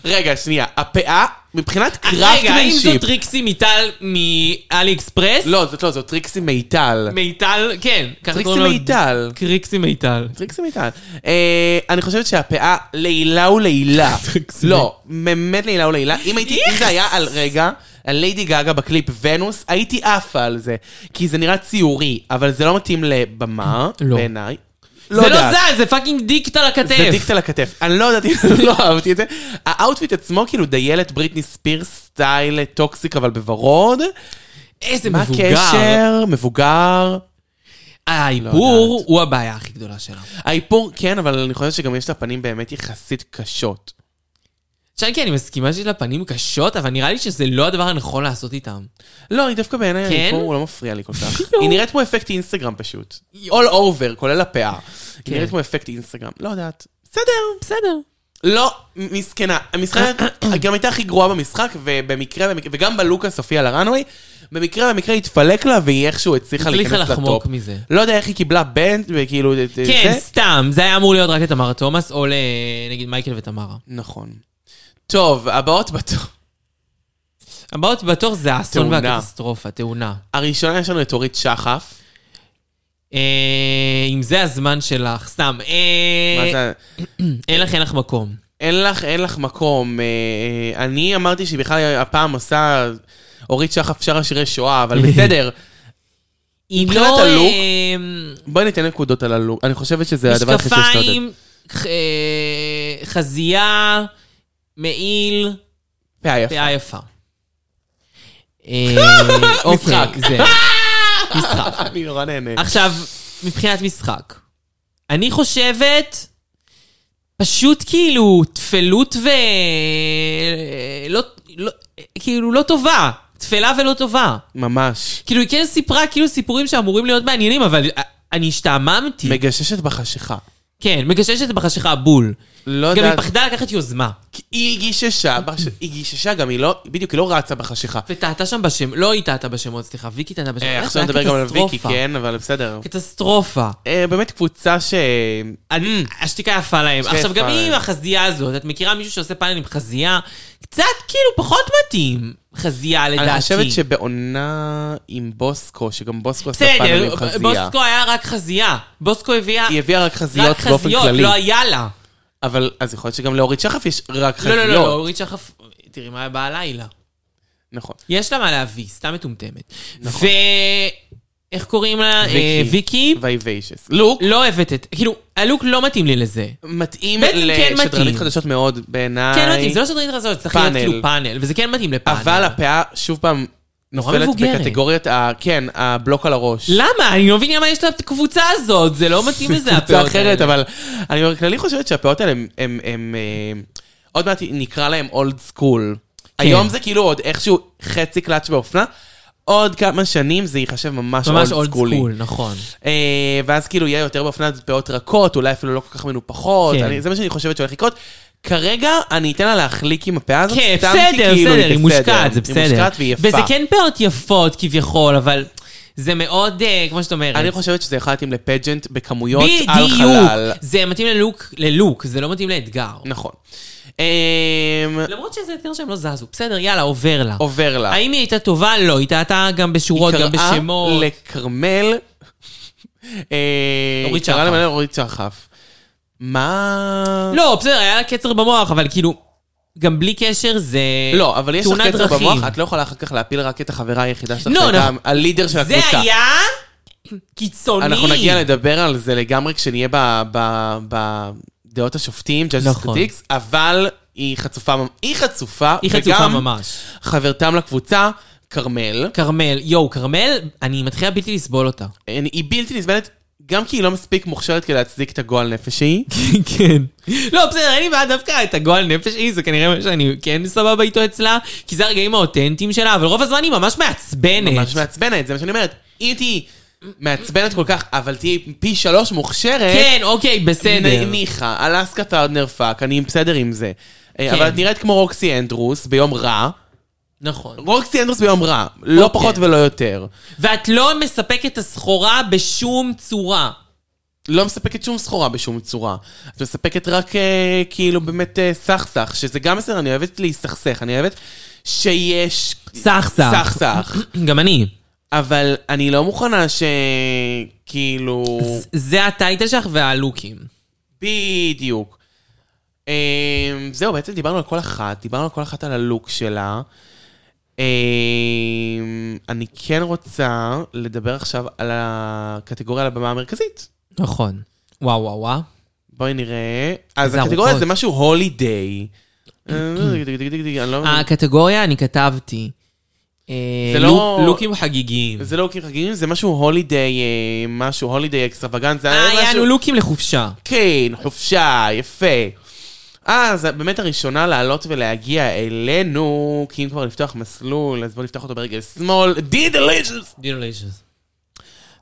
C: רגע, שנייה. הפאה, מבחינת
B: אה, רגע, האם
C: קראפטמנשיפ.
B: זאת טריקסי מיטל מאלי אקספרס?
C: לא, זאת לא, זאת טריקסי מיטל.
B: מיטל, כן. ככה
C: טריקסי
B: קוראים לה.
C: מיטל.
B: טריקסי מיטל.
C: טריקסי מיטל. אה, אני חושבת שהפאה לעילה *laughs* ולעילה.
B: טריקסי
C: לא, באמת לעילה ולעילה. אם הייתי, אם זה היה על רגע, על ליידי גאגה בקליפ ונוס, הייתי עפה על זה. כי זה נראה ציורי, אבל זה לא מתאים לבמה,
B: לא.
C: בעיניי.
B: זה לא
C: יודעת.
B: זל, זה פאקינג דיקט על הכתף.
C: זה דיקט על הכתף. אני לא יודעת אם *laughs* לא אהבתי את זה. האאוטפיט עצמו כאילו דיילת בריטני ספיר סטייל טוקסיק אבל בוורוד.
B: איזה
C: מה
B: מבוגר.
C: הקשר? מבוגר. לא
B: האיפור
C: יודעת.
B: הוא הבעיה הכי גדולה שלה.
C: האיפור כן, אבל אני חושבת שגם יש לה פנים באמת יחסית קשות.
B: עכשיו כי אני מסכימה שיש לה פנים קשות, אבל נראה לי שזה לא הדבר הנכון לעשות איתם.
C: לא, היא דווקא בעיניי,
B: כן?
C: האיפור הוא לא מפריע לי כל
B: *laughs*
C: כך. היא נראית כמו אפקט אינסטגרם פשוט. All over, כולל הפאה.
B: כן.
C: היא נראית כמו אפקט אינסטגרם. לא יודעת. בסדר.
B: בסדר.
C: לא, מסכנה. המשחק,
B: *coughs*
C: גם הייתה הכי גרועה במשחק, ובמקרה, במקרה- וגם בלוק הסופי על הראנווי, במקרה, במקרה התפלק לה, והיא איכשהו הצליחה
B: הצליחה
C: להיכנס
B: לחמוק
C: לטופ.
B: מזה.
C: לא יודע איך היא קיבלה בנד, וכאילו... את- את
B: כן,
C: זה.
B: סתם, זה היה אמור להיות רק לתמרה תומאס, או לנגיד מייקל ותמרה.
C: נכון. טוב, הבאות בתור.
B: הבאות בתור זה האסון
C: תאונה.
B: והקטסטרופה, תאונה.
C: הראשונה יש לנו את אורית שחף.
B: אה, אם זה הזמן שלך, סתם. אה,
C: מה זה?
B: אין לך, אין לך מקום.
C: אין לך, אין לך מקום. אה, אה, אני אמרתי שהיא בכלל הפעם עושה אורית שחף שרה שירי שואה, אבל בסדר.
B: היא
C: מבחינת
B: לא...
C: הלוק,
B: אה,
C: בואי ניתן נקודות על הלוק. אני חושבת שזה הדבר הכי שיש לעודד.
B: משקפיים, ח- אה, חזייה, מעיל,
C: פאה
B: *laughs*
C: יפה.
B: פאה יפה.
C: *laughs*
B: אה, אוקיי,
C: משחק.
B: זה. משחק.
C: אני נורא נהנה.
B: עכשיו, מבחינת משחק. אני חושבת, פשוט כאילו, טפלות ו... לא, לא, כאילו, לא טובה. טפלה ולא טובה.
C: ממש.
B: כאילו, היא כן סיפרה כאילו סיפורים שאמורים להיות מעניינים, אבל אה, אני השתעממתי.
C: מגששת בחשיכה.
B: כן, מגששת בחשיכה בול.
C: לא
B: גם היא
C: יודעת.
B: פחדה לקחת יוזמה.
C: כי היא גיששה, בש- היא גיששה גם, היא לא, בדיוק, היא לא רצה
B: *laughs*
C: בחשיכה.
B: וטעתה שם בשם, לא היא טעתה בשמות, סליחה, ויקי טעתה בשמות.
C: אה,
B: זה
C: עכשיו
B: היה
C: נדבר גם על ויקי,
B: קטסטרופה.
C: כן, אבל בסדר.
B: קטסטרופה.
C: אה, באמת קבוצה ש...
B: אני,
C: Mm.
B: השתיקה יפה להם.
C: השתיקה
B: עכשיו,
C: יפה
B: גם היא
C: להם.
B: עם החזייה הזאת, את מכירה מישהו שעושה פאנל עם חזייה? קצת כאילו פחות מתאים, חזייה לדעתי.
C: אני חושבת שבעונה עם בוסקו, שגם בוסקו עשה פאנל
B: בסדר,
C: עם חזייה.
B: בוסקו היה רק חזייה. בוסקו הביאה
C: היא הביאה רק
B: רק
C: חזיות באופן
B: חזיות,
C: כללי.
B: לא היה לה.
C: אבל אז יכול להיות שגם לאורית שחף יש רק
B: לא,
C: חזיות.
B: לא, לא, לא, אורית שחף, תראי מה באה לילה.
C: נכון.
B: יש לה מה להביא, סתם מטומטמת.
C: נכון.
B: ו... איך קוראים לה? אה,
C: ויקי.
B: ויקי.
C: וייביישס. לוק
B: לא הבאת את... כאילו, הלוק לא מתאים לי לזה.
C: מתאים
B: בעצם כן מתאים.
C: לשדרנית חדשות מאוד בעיניי.
B: כן, לא מתאים, זה לא שדרית רזות, צריך להיות
C: פאנל.
B: כאילו פאנל, וזה כן מתאים לפאנל.
C: אבל הפאה, שוב פעם,
B: נורא
C: נופלת
B: מבוגרת.
C: בקטגוריית, ה- כן, הבלוק על הראש.
B: למה? אני לא מבינה למה יש לה את הקבוצה הזאת, זה לא מתאים לזה, הפאות
C: קבוצה אחרת,
B: האלה.
C: אבל אני בכללי חושבת שהפאות האלה הם- הם... הם, אה, עוד מעט נקרא להם אולד סקול.
B: כן.
C: היום זה כאילו עוד איכשהו חצי קלאץ' באופנה. עוד כמה שנים זה ייחשב
B: ממש
C: ממש אולד
B: אולד
C: סקולי.
B: סקול, נכון.
C: אה, ואז כאילו יהיה יותר באופנת פאות רכות, אולי אפילו לא כל כך מנופחות,
B: כן.
C: אני- זה מה שאני חושבת שהולך לקרות. כרגע אני אתן לה להחליק עם הפאה הזאת,
B: כן,
C: סתם כי
B: בסדר,
C: כאילו
B: בסדר, היא מושקעת, זה
C: היא
B: בסדר.
C: מושקעת והיא יפה.
B: וזה כן פאות יפות כביכול, אבל זה מאוד, אה, כמו שאת אומרת.
C: אני חושבת שזה יכול להתאים לפג'נט בכמויות על
B: בדיוק,
C: חלל.
B: זה מתאים ללוק, ללוק, זה לא מתאים לאתגר.
C: נכון. אמ,
B: למרות שזה אתגר שהם לא זזו, בסדר, יאללה, עובר לה.
C: עובר לה.
B: האם היא הייתה טובה? לא, היא טעתה גם בשורות, גם בשמות.
C: היא קראה לכרמל... אה,
B: אורית
C: היא קראה
B: שחף.
C: למעלה אורית שחף. מה...
B: לא, בסדר, היה לה קצר במוח, אבל כאילו, גם בלי קשר זה...
C: לא, אבל יש לך
B: אה, תאונת
C: קצר
B: דרכים.
C: במוח, את לא יכולה אחר כך להפיל רק את החברה היחידה שלך,
B: לא,
C: שהייתה
B: אנחנו-
C: הלידר של הקבוצה.
B: זה היה קיצוני.
C: אנחנו נגיע לדבר על זה לגמרי כשנהיה ב- ב- בדעות השופטים, judges
B: נכון.
C: statistics, אבל היא חצופה, ממ- היא חצופה,
B: היא חצופה ממש.
C: וגם חברתם לקבוצה, כרמל,
B: כרמל, יואו, כרמל, אני מתחילה בלתי לסבול
C: *laughs*
B: אותה.
C: אין- היא בלתי נסבלת, גם כי היא לא מספיק מוכשרת כדי להצדיק את הגועל נפש שהיא.
B: כן. לא, בסדר, אין לי בעיה דווקא את הגועל נפש היא, זה כנראה מה שאני כן סבבה איתו אצלה, כי זה הרגעים האותנטיים שלה, אבל רוב הזמן היא ממש מעצבנת.
C: ממש מעצבנת, זה מה שאני אומרת. אם תהיי מעצבנת כל כך, אבל תהיי פי שלוש מוכשרת,
B: כן, אוקיי, בסדר.
C: נ- ניחא, אה, אלסקה פרטנר פאק, אני בסדר עם זה. אה,
B: כן.
C: אבל את נראית כמו רוקסי אנדרוס ביום רע.
B: נכון.
C: רוקסי אנדרוס ביום רע, לא
B: אוקיי.
C: פחות ולא יותר.
B: ואת לא מספקת הסחורה בשום צורה.
C: לא מספקת שום סחורה בשום צורה. את מספקת רק אה, כאילו באמת אה, סכסך, שזה גם בסדר, אני אוהבת להסתכסך, אני אוהבת שיש...
B: סכסך.
C: *clears throat* סכסך.
B: גם אני.
C: אבל אני לא מוכנה כאילו- שכאילו...
B: זה הטייטל שלך והלוקים.
C: בדיוק. אמ, זהו, בעצם דיברנו על כל אחת, דיברנו על כל אחת על הלוק שלה. אמ, אני כן רוצה לדבר עכשיו על הקטגוריה על הבמה המרכזית.
B: נכון. וואו, וואו, וואו.
C: בואי נראה. אז
B: זה
C: הקטגוריה
B: ארוכות.
C: זה משהו הולידיי. אני לא מבין.
B: אה, הקטגוריה, אני כתבתי. אה,
C: זה
B: לוק-
C: לא-
B: לוקים חגיגיים.
C: זה לא לוקים חגיגיים, זה משהו הולידיי, משהו הולידיי אקסטרווגנט, זה
B: אה,
C: היה משהו...
B: יענו לוקים לחופשה.
C: כן, חופשה, יפה. אה, אז באמת הראשונה לעלות ולהגיע אלינו, כי אם כבר לפתוח מסלול, אז בואו נפתח אותו ברגל שמאל. די דליג'ס!
B: דילוליישס.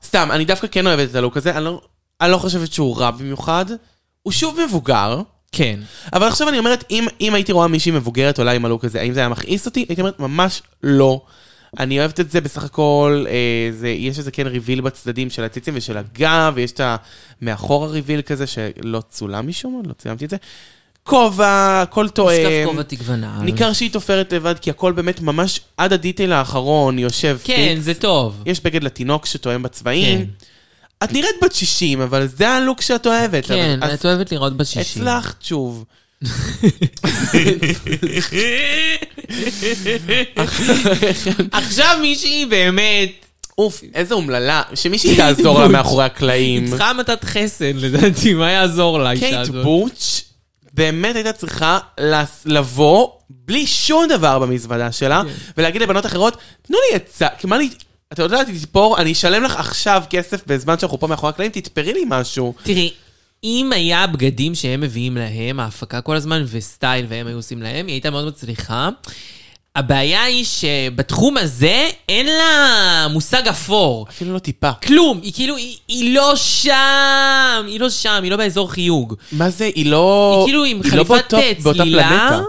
C: סתם, אני דווקא כן אוהבת את הלוק הזה, אני לא, אני לא חושבת שהוא רע במיוחד. הוא שוב מבוגר,
B: כן.
C: אבל עכשיו אני אומרת, אם, אם הייתי רואה מישהי מבוגרת עולה עם הלוק הזה, האם זה היה מכעיס אותי? הייתי אומרת, ממש לא. אני אוהבת את זה בסך הכל, אה, זה, יש איזה כן ריביל בצדדים של הציצים ושל הגב, ויש את המאחור הריביל כזה שלא צולם משום מה, לא צילמתי את זה. כובע, הכל
B: משקף
C: תואם.
B: כובע תגוונה.
C: אה, ניכר שהיא תופרת לבד, כי הכל באמת ממש עד הדיטייל האחרון יושב
B: כן,
C: פיקס.
B: זה טוב.
C: יש בגד לתינוק שתואם בצבעים.
B: כן.
C: את נראית בת 60, אבל זה הלוק שאת אוהבת.
B: כן,
C: אבל- אז
B: את אוהבת לראות בשישי.
C: הצלחת שוב.
B: *laughs* עכשיו מישהי באמת,
C: אוף, איזה אומללה,
B: *laughs*
C: שמישהי תעזור לה מאחורי הקלעים.
B: היא צריכה מתת חסד, לדעתי, מה יעזור לה האישה
C: קייט
B: הזאת?
C: בוטש באמת הייתה צריכה לס- לבוא בלי שום דבר במזוודה שלה,
B: כן.
C: ולהגיד לבנות אחרות, תנו לי עצה, כי מה לי... את יודעת, תתפור, אני אשלם לך עכשיו כסף בזמן שאנחנו פה מאחורי הקלעים, תתפרי לי משהו.
B: תראי, אם היה בגדים שהם מביאים להם, ההפקה כל הזמן, וסטייל, והם היו עושים להם, היא הייתה מאוד מצליחה. הבעיה היא שבתחום הזה אין לה מושג אפור.
C: אפילו לא טיפה.
B: כלום, היא כאילו, היא, היא לא שם, היא לא שם, היא לא באזור חיוג.
C: מה זה, היא לא...
B: היא כאילו עם
C: היא לא
B: חליפת,
C: באותו-
B: אה,
C: באותה
B: צלילה.
C: פלנטה.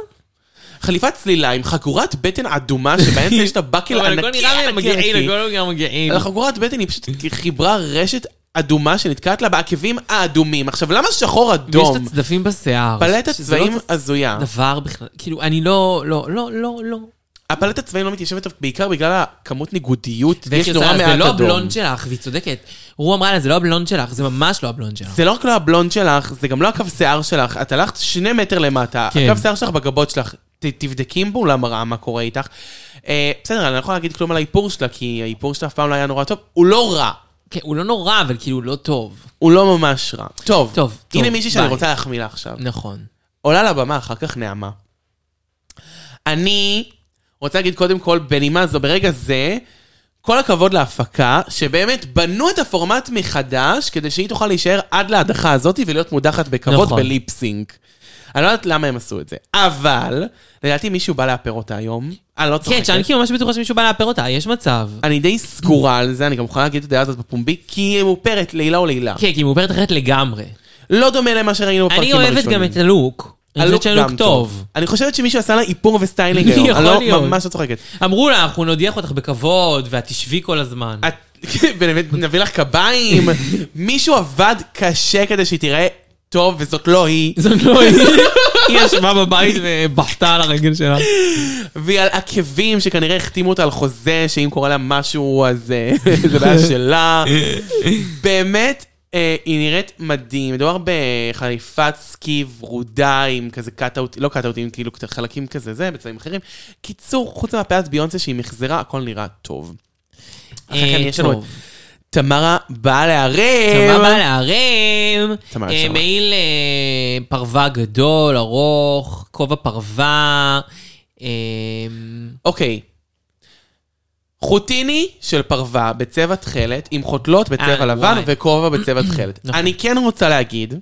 C: חליפת צלילה עם חגורת בטן אדומה
B: *laughs*
C: שבאמצע יש את הבקל
B: אבל הכל
C: כאילו, ענקי
B: נראה
C: ענקי
B: מגעיל,
C: ענקי.
B: הכל נראה מגעיל.
C: על החגורת בטן היא פשוט חיברה רשת אדומה שנתקעת לה בעקבים האדומים. עכשיו, למה שחור
B: ויש
C: אדום?
B: את הצדפים בשיער.
C: פלט
B: שזה לא
C: הצבעים הזויה.
B: דבר בכלל, כאילו, אני לא, לא, לא, לא, לא.
C: הפלט הצבעים לא מתיישבת בעיקר בגלל הכמות ניגודיות.
B: ואיך
C: יש
B: היא
C: נורא
B: עושה לה,
C: מעט
B: זה
C: אדום.
B: לא הבלונד שלך, והיא צודקת. רו אמרה לה, זה לא הבלונד שלך, זה ממש לא הבלונד שלך.
C: זה לא רק לא הבלונד שלך, זה גם לא הקו שיער שלך. את הלכת שני מטר למטה,
B: כן.
C: הקו שיער שלך בגבות שלך. ת- תבדקי מול המראה מה קורה איתך. אה, בסדר, אני לא יכולה להגיד כלום על האיפור שלה, כי האיפור שלה אף פעם לא היה נורא טוב. הוא לא רע,
B: כן, הוא לא נורא, אבל כאילו, הוא לא טוב.
C: הוא לא ממש רע. טוב,
B: טוב,
C: הנה
B: טוב,
C: מישהי שאני
B: ביי.
C: רוצה להחמיא לה עכשיו.
B: נכון.
C: עולה לבמה אחר כך נעמה. אני רוצה להגיד קודם כל, בנימה זו, ברגע זה, כל הכבוד להפקה, שבאמת בנו את הפורמט מחדש, כדי שהיא תוכל להישאר עד להדחה הזאת ולהיות מודחת בכבוד
B: נכון.
C: בליפסינק. אני לא יודעת למה הם עשו את זה, אבל לדעתי מישהו בא לאפר אותה היום. אני לא צוחקת.
B: כן, שאני כאילו ממש בטוחה שמישהו בא לאפר אותה, יש מצב.
C: אני די סגורה על זה, אני גם יכולה להגיד את הדעה הזאת בפומבי, כי היא מאופרת לעילה או לעילה.
B: כן, כי היא מאופרת אחרת לגמרי.
C: לא דומה למה שראינו בפרקים
B: אני
C: הראשונים.
B: אוהבת גם את הלוק. אני חושבת שהלוק טוב.
C: אני חושבת שמישהו עשה לה איפור וסטיילינג היום.
B: *laughs* יכול
C: אני לא,
B: להיות.
C: ממש לא צוחקת.
B: אמרו לה, אנחנו נודיח אותך בכבוד, ואת תשבי כל הזמן.
C: את- *laughs* באמת, נביא לך קביים. מישהו עבד קשה כדי שהיא תיראה טוב, וזאת לא היא.
B: *laughs* זאת לא
C: *laughs*
B: היא. היא ישבה *laughs* בבית ובכתה על הרגל שלה.
C: והיא על עקבים שכנראה החתימו אותה על חוזה, שאם קורה לה משהו אז אה, *laughs* זה בעיה שלה. באמת, אה, היא נראית מדהים. מדובר בחליפת סקי ורודה עם כזה קאט-אוט, לא קאט-אוטים, כאילו קצת חלקים כזה זה, בצבעים אחרים. קיצור, חוץ מהפעת ביונסה שהיא מחזרה, הכל נראה טוב. אחר כך כן יש לנו את
B: אה, טוב.
C: תמרה באה לערב.
B: תמר בא להרים,
C: תמר,
B: אה,
C: אפשר.
B: מעיל אה, פרווה גדול, ארוך, כובע פרווה. אה,
C: אוקיי. חוטיני של פרווה בצבע תכלת, עם חוטלות בצבע
B: אה,
C: לבן
B: וואי.
C: וכובע בצבע
B: *clears throat*
C: תכלת.
B: נכון.
C: אני כן רוצה להגיד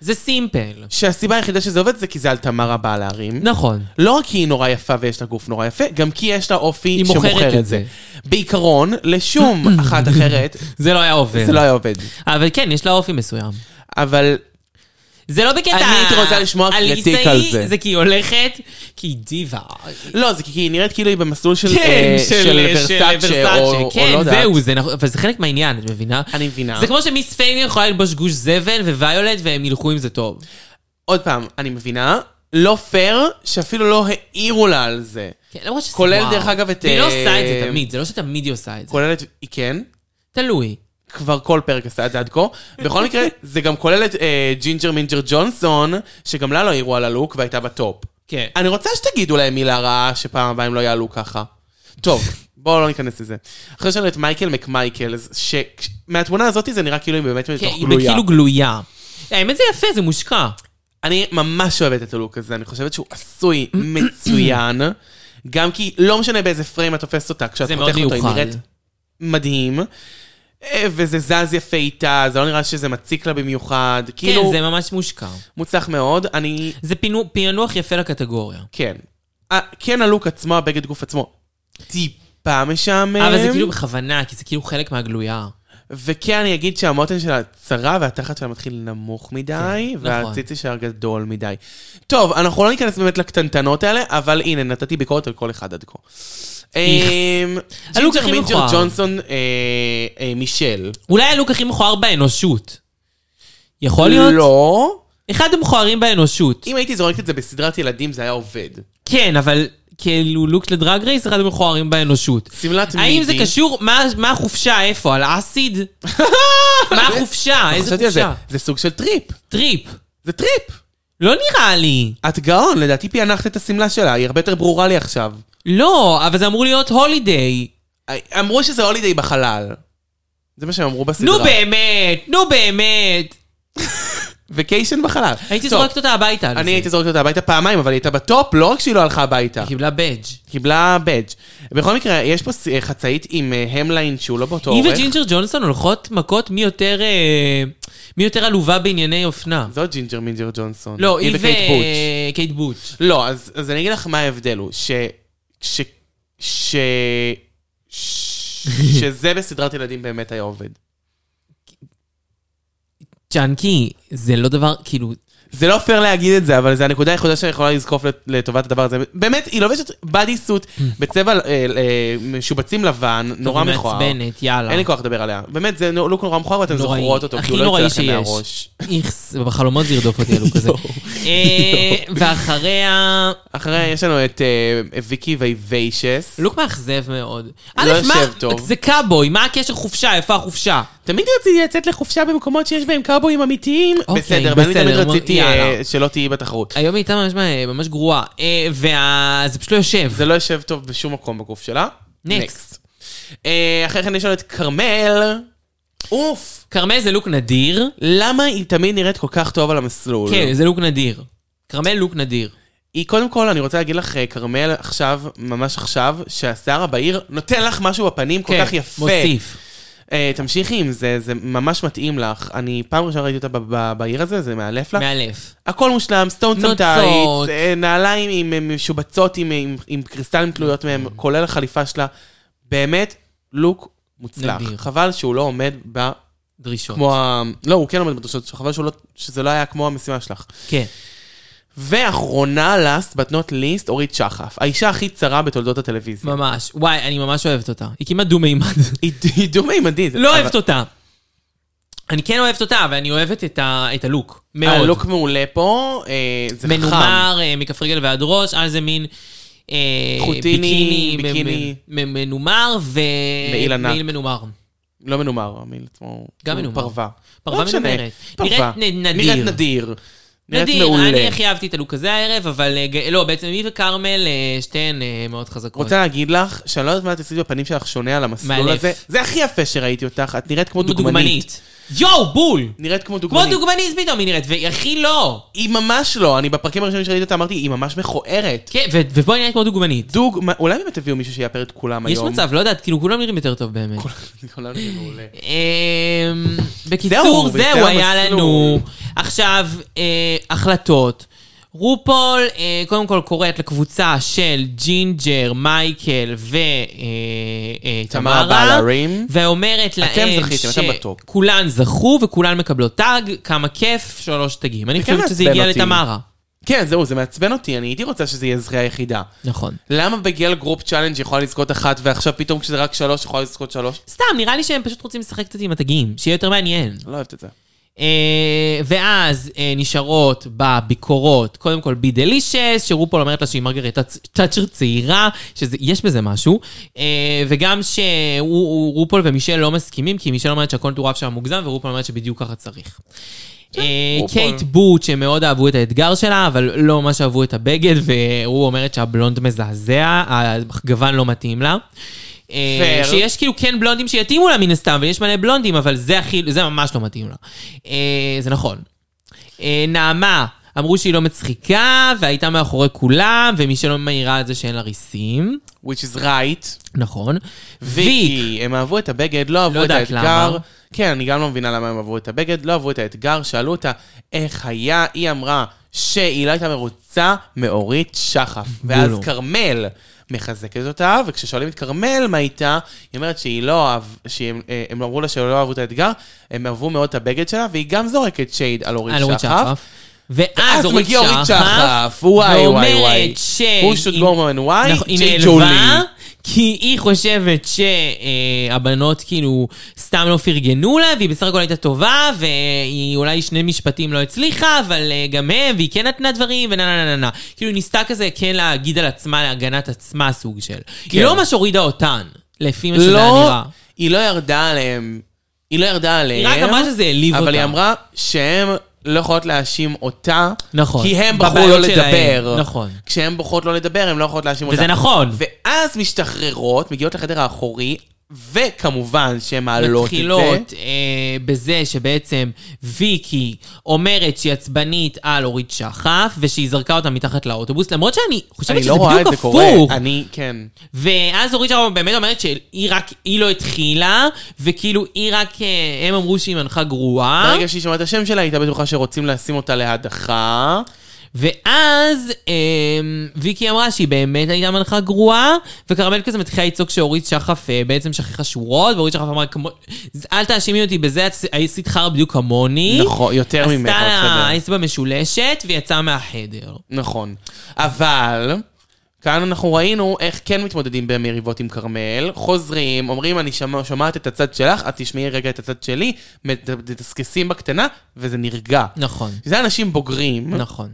B: זה סימפל.
C: שהסיבה היחידה שזה עובד זה כי זה על תמרה בעל הערים.
B: נכון.
C: לא רק כי היא נורא יפה ויש לה גוף נורא יפה, גם כי יש לה אופי
B: היא מוכרת
C: שמוכר את
B: את
C: זה.
B: זה.
C: בעיקרון, לשום
B: *clears throat*
C: אחת אחרת,
B: זה לא היה עובד.
C: זה לא היה עובד.
B: אבל כן, יש לה אופי מסויים.
C: אבל
B: זה לא בקטע...
C: אני הייתי רוצה לשמוע
B: אליסאי,
C: קריטיק על זה.
B: זה כי היא הולכת, כי היא דיבה.
C: לא, זה כי היא נראית כאילו היא במסלול של
B: כן,
C: אה, של
B: ורסאצ'ה,
C: ורסאצ'ה, או או לא
B: כן,
C: יודעת.
B: זהו, זה נכון, אבל זה חלק מהעניין, את מבינה?
C: אני מבינה.
B: זה כמו שמיס פיינר יכולה ללבוש גוש זבל וויולט והם ילכו עם זה טוב.
C: עוד פעם, אני מבינה, לא פייר שאפילו לא העירו לה על זה.
B: כן, למרות שזה
C: כולל,
B: וואו.
C: דרך אגב, את,
B: והיא לא
C: אה,
B: עושה את זה תמיד, זה לא שתמיד היא עושה את זה.
C: כולל את... היא כן,
B: תלוי.
C: כבר כל פרק עשה את זה עד כה. בכל מקרה, זה גם כולל את אה, ג'ינג'ר מינג'ר ג'ונסון, שגם לה לא העירו על הלוק והייתה בטופ.
B: כן.
C: אני רוצה שתגידו להם מילה רעה שפעם הבאה הם לא יעלו ככה. טוב, בואו לא ניכנס לזה. אחרי שלנו את מייקל מקמייקלס, שמהתמונה הזאת זה נראה כאילו היא באמת
B: כן,
C: מתוך
B: היא
C: גלויה.
B: כאילו גלויה. האמת זה יפה, זה מושקע.
C: אני ממש אוהבת את הלוק הזה, אני חושבת שהוא עשוי מצוין. גם כי לא משנה באיזה פריים את תופסת אותה, כשאת
B: זה מאוד
C: פותחת אותו היא
B: מיוחד.
C: נראית מדהים. אה, וזה זז יפה איתה, זה לא נראה שזה מציק לה במיוחד.
B: כן,
C: כאילו,
B: זה ממש מושקע.
C: מוצלח מאוד. אני,
B: זה פינו- פענוח יפה לקטגוריה.
C: כן. אה, כן, הלוק עצמו, הבגד גוף עצמו, טיפה משעמם.
B: אבל זה כאילו בכוונה, כי זה כאילו חלק מהגלויה.
C: וכן, אני אגיד שהמותן שלה צרה והתחת שלה מתחיל נמוך מדי,
B: נכון.
C: והציצי שלה גדול מדי. טוב, אנחנו לא ניכנס באמת לקטנטנות האלה, אבל הנה, נתתי ביקורת על כל אחד עד כה. אמ,
B: הלוק
C: ג'ינג'ר
B: הכי
C: מינג'ר
B: מכוער.
C: ג'ונסון אה, אה, מישל.
B: אולי הלוק הכי מכוער באנושות. יכול להיות?
C: לא,
B: אחד המכוערים באנושות.
C: אם הייתי זורקת את זה בסדרת ילדים, זה היה עובד.
B: כן, אבל כאילו לוק לדרג רייס, אחד המכוערים באנושות.
C: שמלת מידי.
B: האם זה קשור? מה- מה החופשה? איפה? על
C: *laughs*
B: האסיד? מה החופשה? איזה
C: חשבתי על זה.
B: חופשה?
C: זה סוג של טריפ.
B: טריפ.
C: זה טריפ.
B: לא נראה לי.
C: את גאון, לדעתי פענחת את השמלה שלה, היא הרבה יותר ברורה לי עכשיו.
B: לא, אבל זה אמור להיות הולידיי.
C: אה, אמרו שזה הולידיי בחלל. זה מה שהם אמרו בסדרה.
B: נו באמת, נו באמת.
C: וקיישן בחלל.
B: הייתי
C: טוב,
B: זורקת אותה הביתה על זה.
C: אני הייתי זורקת אותה הביתה פעמיים, אבל היא הייתה בטופ, לא רק שהיא לא הלכה הביתה.
B: היא קיבלה בדג'.
C: קיבלה בדג'. בכל מקרה, יש פה ס- אה, חצאית עם אה, המליין שהוא לא באותו
B: היא
C: אורך.
B: וג'ינג'ר ג'ונסון הולכות מכות מי יותר אה, מי יותר עלובה בענייני אופנה.
C: זאת ג'ינג'ר מינג'ר ג'ונסון.
B: לא, היא
C: וקייט בוטש.
B: וקייט בוטש.
C: לא, אז, אז אני אגיד לך מה ההבדל הוא, ש... ש... ש...
B: *laughs*
C: ש... שזה בסדרת ילדים באמת היה עובד.
B: צ'אנקי, זה לא דבר, כאילו,
C: זה לא פייר להגיד את זה, אבל זו הנקודה היחידה שאני יכולה לזקוף לט- לטובת הדבר הזה. באמת, היא לובשת בדי סוט
B: *laughs*
C: בצבע אה, אה, משובצים לבן, נורא
B: טוב, היא
C: מכוער.
B: מעצבנת, יאללה.
C: אין לי כוח לדבר עליה. באמת, זה נו- לוק נורא מכוער ואתם
B: אה. נוראי.
C: זוכרות אותו,
B: הכי
C: כי הוא לא
B: נוראי
C: יוצא לכם
B: שיש.
C: מהראש.
B: איכס, בחלומות זה ירדוף אותי הלוק הזה. אה, ואחריה,
C: אחרי, יש לנו את אה, ויקי וייביישס.
B: לוק מאכזב מאוד.
C: לא
B: א', מה-
C: יושב טוב.
B: זה קאבוי, מה הקשר חופשה, איפה החופשה?
C: תמיד רציתי לצאת לחופשה במקומות שיש בהם קאובויים אמיתיים.
B: אוקיי,
C: בסדר, ואני
B: בסדר,
C: תמיד
B: מ-
C: רציתי אה,
B: יאללה.
C: שלא תהיי בתחרות.
B: היום היא הייתה ממש, ממש גרועה, אה, וזה פשוט לא יושב.
C: זה לא יושב טוב בשום מקום בגוף שלה.
B: Next.
C: Next. אה, אחרי כן יש לנו את כרמל. אוף!
B: כרמל זה לוק נדיר.
C: למה היא תמיד נראית כל כך טוב על המסלול?
B: כן, זה לוק נדיר. כרמל לוק נדיר.
C: היא, קודם כל, אני רוצה להגיד לך, אה, כרמל, עכשיו, ממש עכשיו, שהשיער הבהיר נותן לך משהו בפנים כל
B: כן,
C: כך יפה.
B: מוסיף.
C: אה, תמשיכי עם זה, זה ממש מתאים לך. אני פעם ראשונה ראיתי אותה ב- ב- בעיר הזה, זה מאלף לך.
B: מאלף.
C: הכל מושלם, סטון
B: נוצות.
C: צמטרית, נעליים עם עם משובצות, עם- עם- עם קריסטלים תלויות
B: Mm.
C: מהם, כולל החליפה שלה. באמת, לוק מוצלח.
B: נדיר.
C: חבל שהוא לא עומד ב...
B: דרישות.
C: כמו ה... לא, הוא כן עומד בדרישות שלך, חבל שהוא לא- שזה לא היה כמו המשימה שלך.
B: כן.
C: ואחרונה, last but not least, אורית שחף. האישה הכי צרה בתולדות הטלוויזיה.
B: ממש. וואי, אני ממש אוהבת אותה. היא כמעט דו-מימד.
C: היא היא דו-מימדית.
B: לא
C: אבל-
B: אוהבת אותה. אני כן אוהבת אותה, אבל אני אוהבת את ה- את הלוק. מאוד.
C: הלוק מעולה פה, אה, זה חכם.
B: מנומר, אה, מכף רגל ועד ראש, על זה מין... אה,
C: חוטיני,
B: ביקיני, מ-
C: ביקיני.
B: מ- מ- מנומר ו...
C: מעיל ענק.
B: מעיל מנומר.
C: לא מנומר, המיל עצמו.
B: גם
C: הוא
B: מנומר.
C: פרווה.
B: פרווה
C: לא משנה,
B: מנומרת.
C: פרווה.
B: נראית נ- נדיר.
C: נראית נדיר. נראית
B: נדיר,
C: מעולה.
B: אני הכי אהבתי את הלוק הזה הערב, אבל אה, ג- לא, בעצם היא וכרמל, אה, שתיהן אה, מאוד חזקות.
C: רוצה להגיד לך, שאני לא יודעת מה את עשית בפנים שלך שונה על המסלול
B: מאלף.
C: הזה. זה הכי יפה שראיתי אותך, את נראית כמו דוגמנית.
B: יואו, בול!
C: נראית כמו
B: כמו
C: דוגמנית.
B: דוגמנית פתאום היא נראית, והיא הכי לא.
C: היא ממש לא, אני בפרקים הראשונים שראיתי אותה אמרתי, היא ממש מכוערת.
B: כן, ו- ופה היא נראית כמו דוגמנית.
C: דוג... אולי באמת תביאו מישהו שיאפר את כולם
B: יש
C: היום. *laughs* לא
B: מצב, לא יודעת, כאילו כולם נראים יותר טוב באמת.
C: כולם נראים מעולה.
B: אמ,
C: זהו,
B: בקיצור,
C: וזה
B: זהו היה
C: המסלול.
B: לנו. עכשיו, אה, החלטות. רופול, אה, קודם כל קוראת לקבוצה של ג'ינג'ר, מייקל אה,
C: תמרה
B: ותמרה,
C: בלהרים.
B: ואומרת להם
C: זכיתם, אתם בטופ.
B: שכולן זכו וכולן מקבלות טאג, כמה כיף, שלוש טגים. אני
C: זה כן
B: חושבת שזה
C: מעצבן
B: הגיע
C: אותי.
B: לתמרה.
C: כן, זהו, זה מעצבן אותי, אני הייתי רוצה שזה יהיה זכי היחידה.
B: נכון.
C: למה בגיל גרופ צ'אלנג' יכולה לזכות אחת, ועכשיו פתאום כשזה רק שלוש יכולה לזכות שלוש?
B: סתם, נראה לי שהם פשוט רוצים לשחק קצת עם התגים, שיהיה יותר מעניין.
C: לא אוהבת את זה.
B: אה, ואז אה, נשארות בביקורות, קודם כל בי דלישס, שרופול אומרת לה שהיא מרגרט טאצ- תאצ'ר צעירה, שיש בזה משהו, אה, וגם שרופול ומישל לא מסכימים, כי מישל אומרת שהקונטורף שם מוגזם, ורופול אומרת שבדיוק ככה צריך. אה,
C: רופול.
B: קייט בוט, שמאוד אהבו את האתגר שלה, אבל לא ממש אהבו את הבגד, והוא אומרת שהבלונד מזעזע, הגוון לא מתאים לה. אה,
C: פייר.
B: שיש כאילו כן בלונדים שיתאימו לה מן הסתם, ויש מלא בלונדים, אבל זה הכי, זה ממש לא מתאים לה. אה, זה נכון. אה, נעמה, אמרו שהיא לא מצחיקה, והייתה מאחורי כולם, ומי שלא מעירה על זה שאין לה ריסים.
C: which is right.
B: נכון. ויק,
C: ויקי, הם אהבו את הבגד, לא אהבו
B: לא
C: את
B: יודעת
C: האתגר.
B: למה.
C: כן, אני גם לא מבינה למה הם אהבו את הבגד, לא אהבו את האתגר, שאלו אותה איך היה, היא אמרה שהיא לא הייתה מרוצה מאורית שחף. ואז
B: בולו.
C: כרמל מחזקת אותה, וכששואלים את כרמל מה איתה, היא אומרת שהיא לא אהב, שהם אה, הם אמרו לה שהם לא אהבו את האתגר, הם אהבו מאוד את הבגד שלה, והיא גם זורקת שייד על
B: על
C: אורית
B: אורית
C: שחף.
B: לא שחף. ואז
C: אז
B: אורית
C: מגיע
B: שחף,
C: אורית שחף, וואי וואי וואי.
B: ואומרת שהיא-
C: הוא שוט גורמן וואי,
B: נכון, היא
C: ג'יי
B: נעלבה,
C: ג'ולי.
B: כי היא חושבת שהבנות כאילו סתם לא פרגנו לה, והיא בסך הכל הייתה טובה, והיא אולי שני משפטים לא הצליחה, אבל אה, גם הם, והיא כן נתנה דברים, ונה נה נה נה נה. כאילו היא ניסתה כזה כן להגיד על עצמה, להגנת עצמה סוג של. היא לא ממש הורידה אותן, לפי מה שזה היה
C: כן. לא,
B: נראה.
C: היא לא ירדה עליהם. היא לא ירדה
B: היא
C: עליהם.
B: רק אמרה שזה העליב אותה.
C: אבל היא אמרה שהם לא יכולות להאשים אותה.
B: נכון.
C: כי הם בחרו לא
B: בבעיות שלהם,
C: לדבר.
B: נכון.
C: כשהן בוחרות לא לדבר, הן לא יכולות להאשים אותה.
B: וזה נכון.
C: ואז משתחררות, מגיעות לחדר האחורי, וכמובן שהן מעלות את זה.
B: מתחילות אה, בזה שבעצם ויקי אומרת שהיא עצבנית על אורית שחף, ושהיא זרקה אותה מתחת לאוטובוס, למרות שאני חושבת
C: אני
B: שזה
C: לא רואה את
B: בדיוק
C: זה קורה.
B: הפוך.
C: אני, כן.
B: ואז אורית שרון באמת אומרת שהיא רק, היא לא התחילה, וכאילו היא רק, אה, הם אמרו שהיא מנחה גרועה,
C: ברגע שהיא שמעה את השם שלה, היא הייתה בטוחה שרוצים לשים אותה להדחה.
B: ואז אה, ויקי אמרה שהיא באמת הייתה מנחה גרועה, וכרמל כזה מתחילה לצעוק שאורית שחף אה, בעצם שכחה שורות, ואורית שחף אמרה, כמו, אל תאשימי אותי בזה, את עשית חרא בדיוק כמוני.
C: נכון, יותר ממך.
B: עשתה
C: בסדר.
B: לה אצבע משולשת ויצאה מהחדר.
C: נכון. אבל, כאן אנחנו ראינו איך כן מתמודדים במריבות עם כרמל. חוזרים, אומרים, אני שמע, שומעת את הצד שלך, את תשמעי רגע את הצד שלי, מתדסקסים בקטנה, וזה נרגע.
B: נכון,
C: זה אנשים בוגרים.
B: נכון.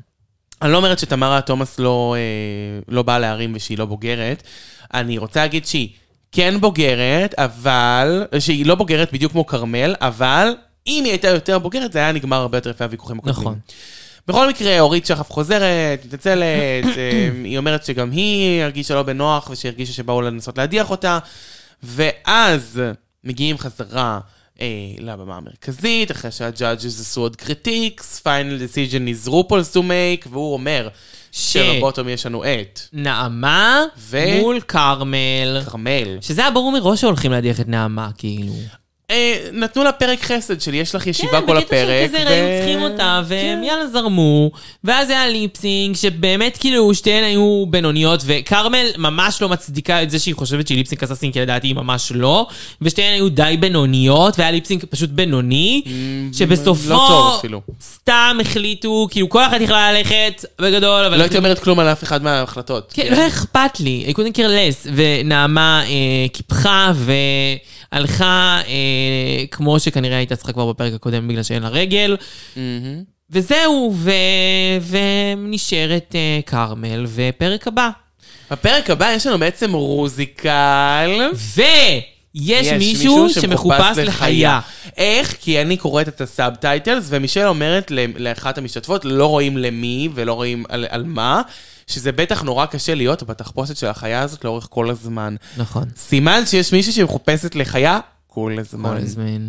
C: אני לא אומרת שתמרה תומאס לא, אה, לא באה להרים ושהיא לא בוגרת. אני רוצה להגיד שהיא כן בוגרת, אבל... שהיא לא בוגרת בדיוק כמו כרמל, אבל אם היא הייתה יותר בוגרת, זה היה נגמר הרבה יותר יפה הוויכוחים הקודמים.
B: נכון.
C: בכל מקרה, אורית שחף חוזרת, מתנצלת, אה, היא אומרת שגם היא הרגישה לא בנוח ושהרגישה שבאו לנסות להדיח אותה, ואז מגיעים חזרה אה, לבמה המרכזית, אחרי שהג'אדג'ס עשו עוד קריטיקס, final decision is RuPaul's to make, והוא אומר
B: ש-
C: שלבוטום יש לנו את
B: נעמה
C: ו-
B: מול כרמל.
C: כרמל.
B: שזה היה ברור מראש שהולכים להדיח את נעמה, כאילו.
C: אה, נתנו לה פרק חסד של יש לך ישיבה כל
B: כן,
C: הפרק.
B: בקטע של
C: ו- כן.
B: כזה היו צריכים אותה, והם יאללה זרמו. ואז היה ליפסינג, שבאמת כאילו שתיהן היו בינוניות, וכרמל ממש לא מצדיקה את זה שהיא חושבת שהיא ליפסינג הסאסין, כי לדעתי היא ממש לא. ושתיהן היו די בינוניות, והיה ליפסינג פשוט בינוני, שבסופו
C: Mm, לא טוב אפילו.
B: סתם החליטו, כאילו כל אחת יכלה ללכת בגדול, אבל...
C: לא הייתי אומרת כלום על אף אחד מההחלטות.
B: כן, לא היה אכפת לי, I couldn't care less, ונעמה אה, קיפחה והלכה אה, כמו שכנראה הייתה צריכה כבר בפרק הקודם בגלל שאין לה רגל,
C: מהמם.
B: וזהו, ו... ונשארת אה, כרמל, ופרק הבא.
C: בפרק הבא יש לנו בעצם רוזיקל.
B: ויש מישהו שמחופש לחיה.
C: איך? כי אני קוראת את הסאבטייטלס, ומישל אומרת ל- לאחת המשתתפות, לא רואים למי ולא רואים על, על מה, שזה בטח נורא קשה להיות בתחפושת של החיה הזאת לאורך כל הזמן.
B: נכון,
C: סימן שיש מישהי שמחופשת לחיה כל
B: כל
C: הזמן.
B: הזמן.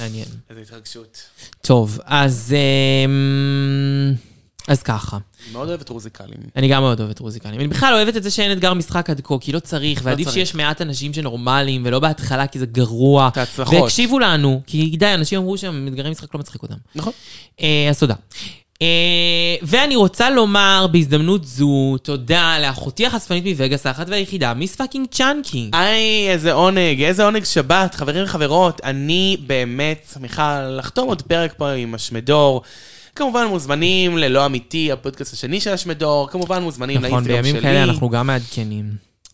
B: מעניין.
C: איזו התרגשות.
B: טוב, אז... אה, אז ככה.
C: מאוד אוהבת רוזיקלים.
B: אני גם מאוד אוהבת רוזיקלים. אני בכלל אוהבת את זה שאין אתגר משחק עד כה, כי לא צריך, ועדיף
C: צריך.
B: שיש מעט אנשים שנורמלים, ולא בהתחלה, כי זה גרוע.
C: את ההצלחות.
B: והקשיבו לנו, כי די, אנשים אמרו שאתגרי משחק לא מצחיק אותם.
C: נכון.
B: אה, אז תודה. אה, ואני רוצה לומר בהזדמנות זו, תודה לאחותי החשפנית מווגאס, האחת והיחידה, מיס פאקינג צ'אנקי.
C: היי, איזה עונג, איזה עונג שבת, חברים וחברות, אני באמת שמחה לחתום עוד פרק פה עם השמדור. כמובן מוזמנים ללא אמיתי, הפודקאסט השני של השמדור, כמובן מוזמנים
B: נכון,
C: לאינסטגרם שלי.
B: בימים כאלה אנחנו גם מעדכנים.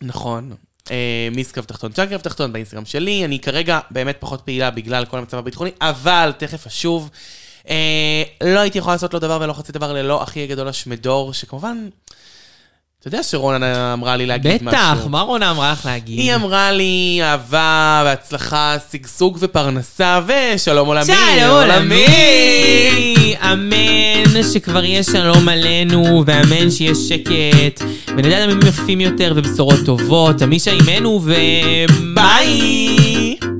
C: נכון. אה, מיס קו תחתון, צ'אנק קו תחתון, באינסטגרם שלי. אני כרגע באמת פחות פעילה בגלל כל המצב הביטחוני, אבל תכף אשוב. אה, לא הייתי יכולה לעשות לא דבר ולא חצי דבר ללא אחי הגדול השמדור, שכמובן, אתה יודע שרון אמרה לי להגיד משהו.
B: בטח, מה רונה אמרה לך להגיד?
C: היא אמרה לי אהבה והצלחה, שגשוג ופרנסה ושלום עולמי.
B: שלום עולמי! אמן שכבר יהיה שלום עלינו, ואמן שיהיה שקט, ונדע ימים יפים יותר ובשורות טובות. עמישה עימנו, וביי!
C: ביי!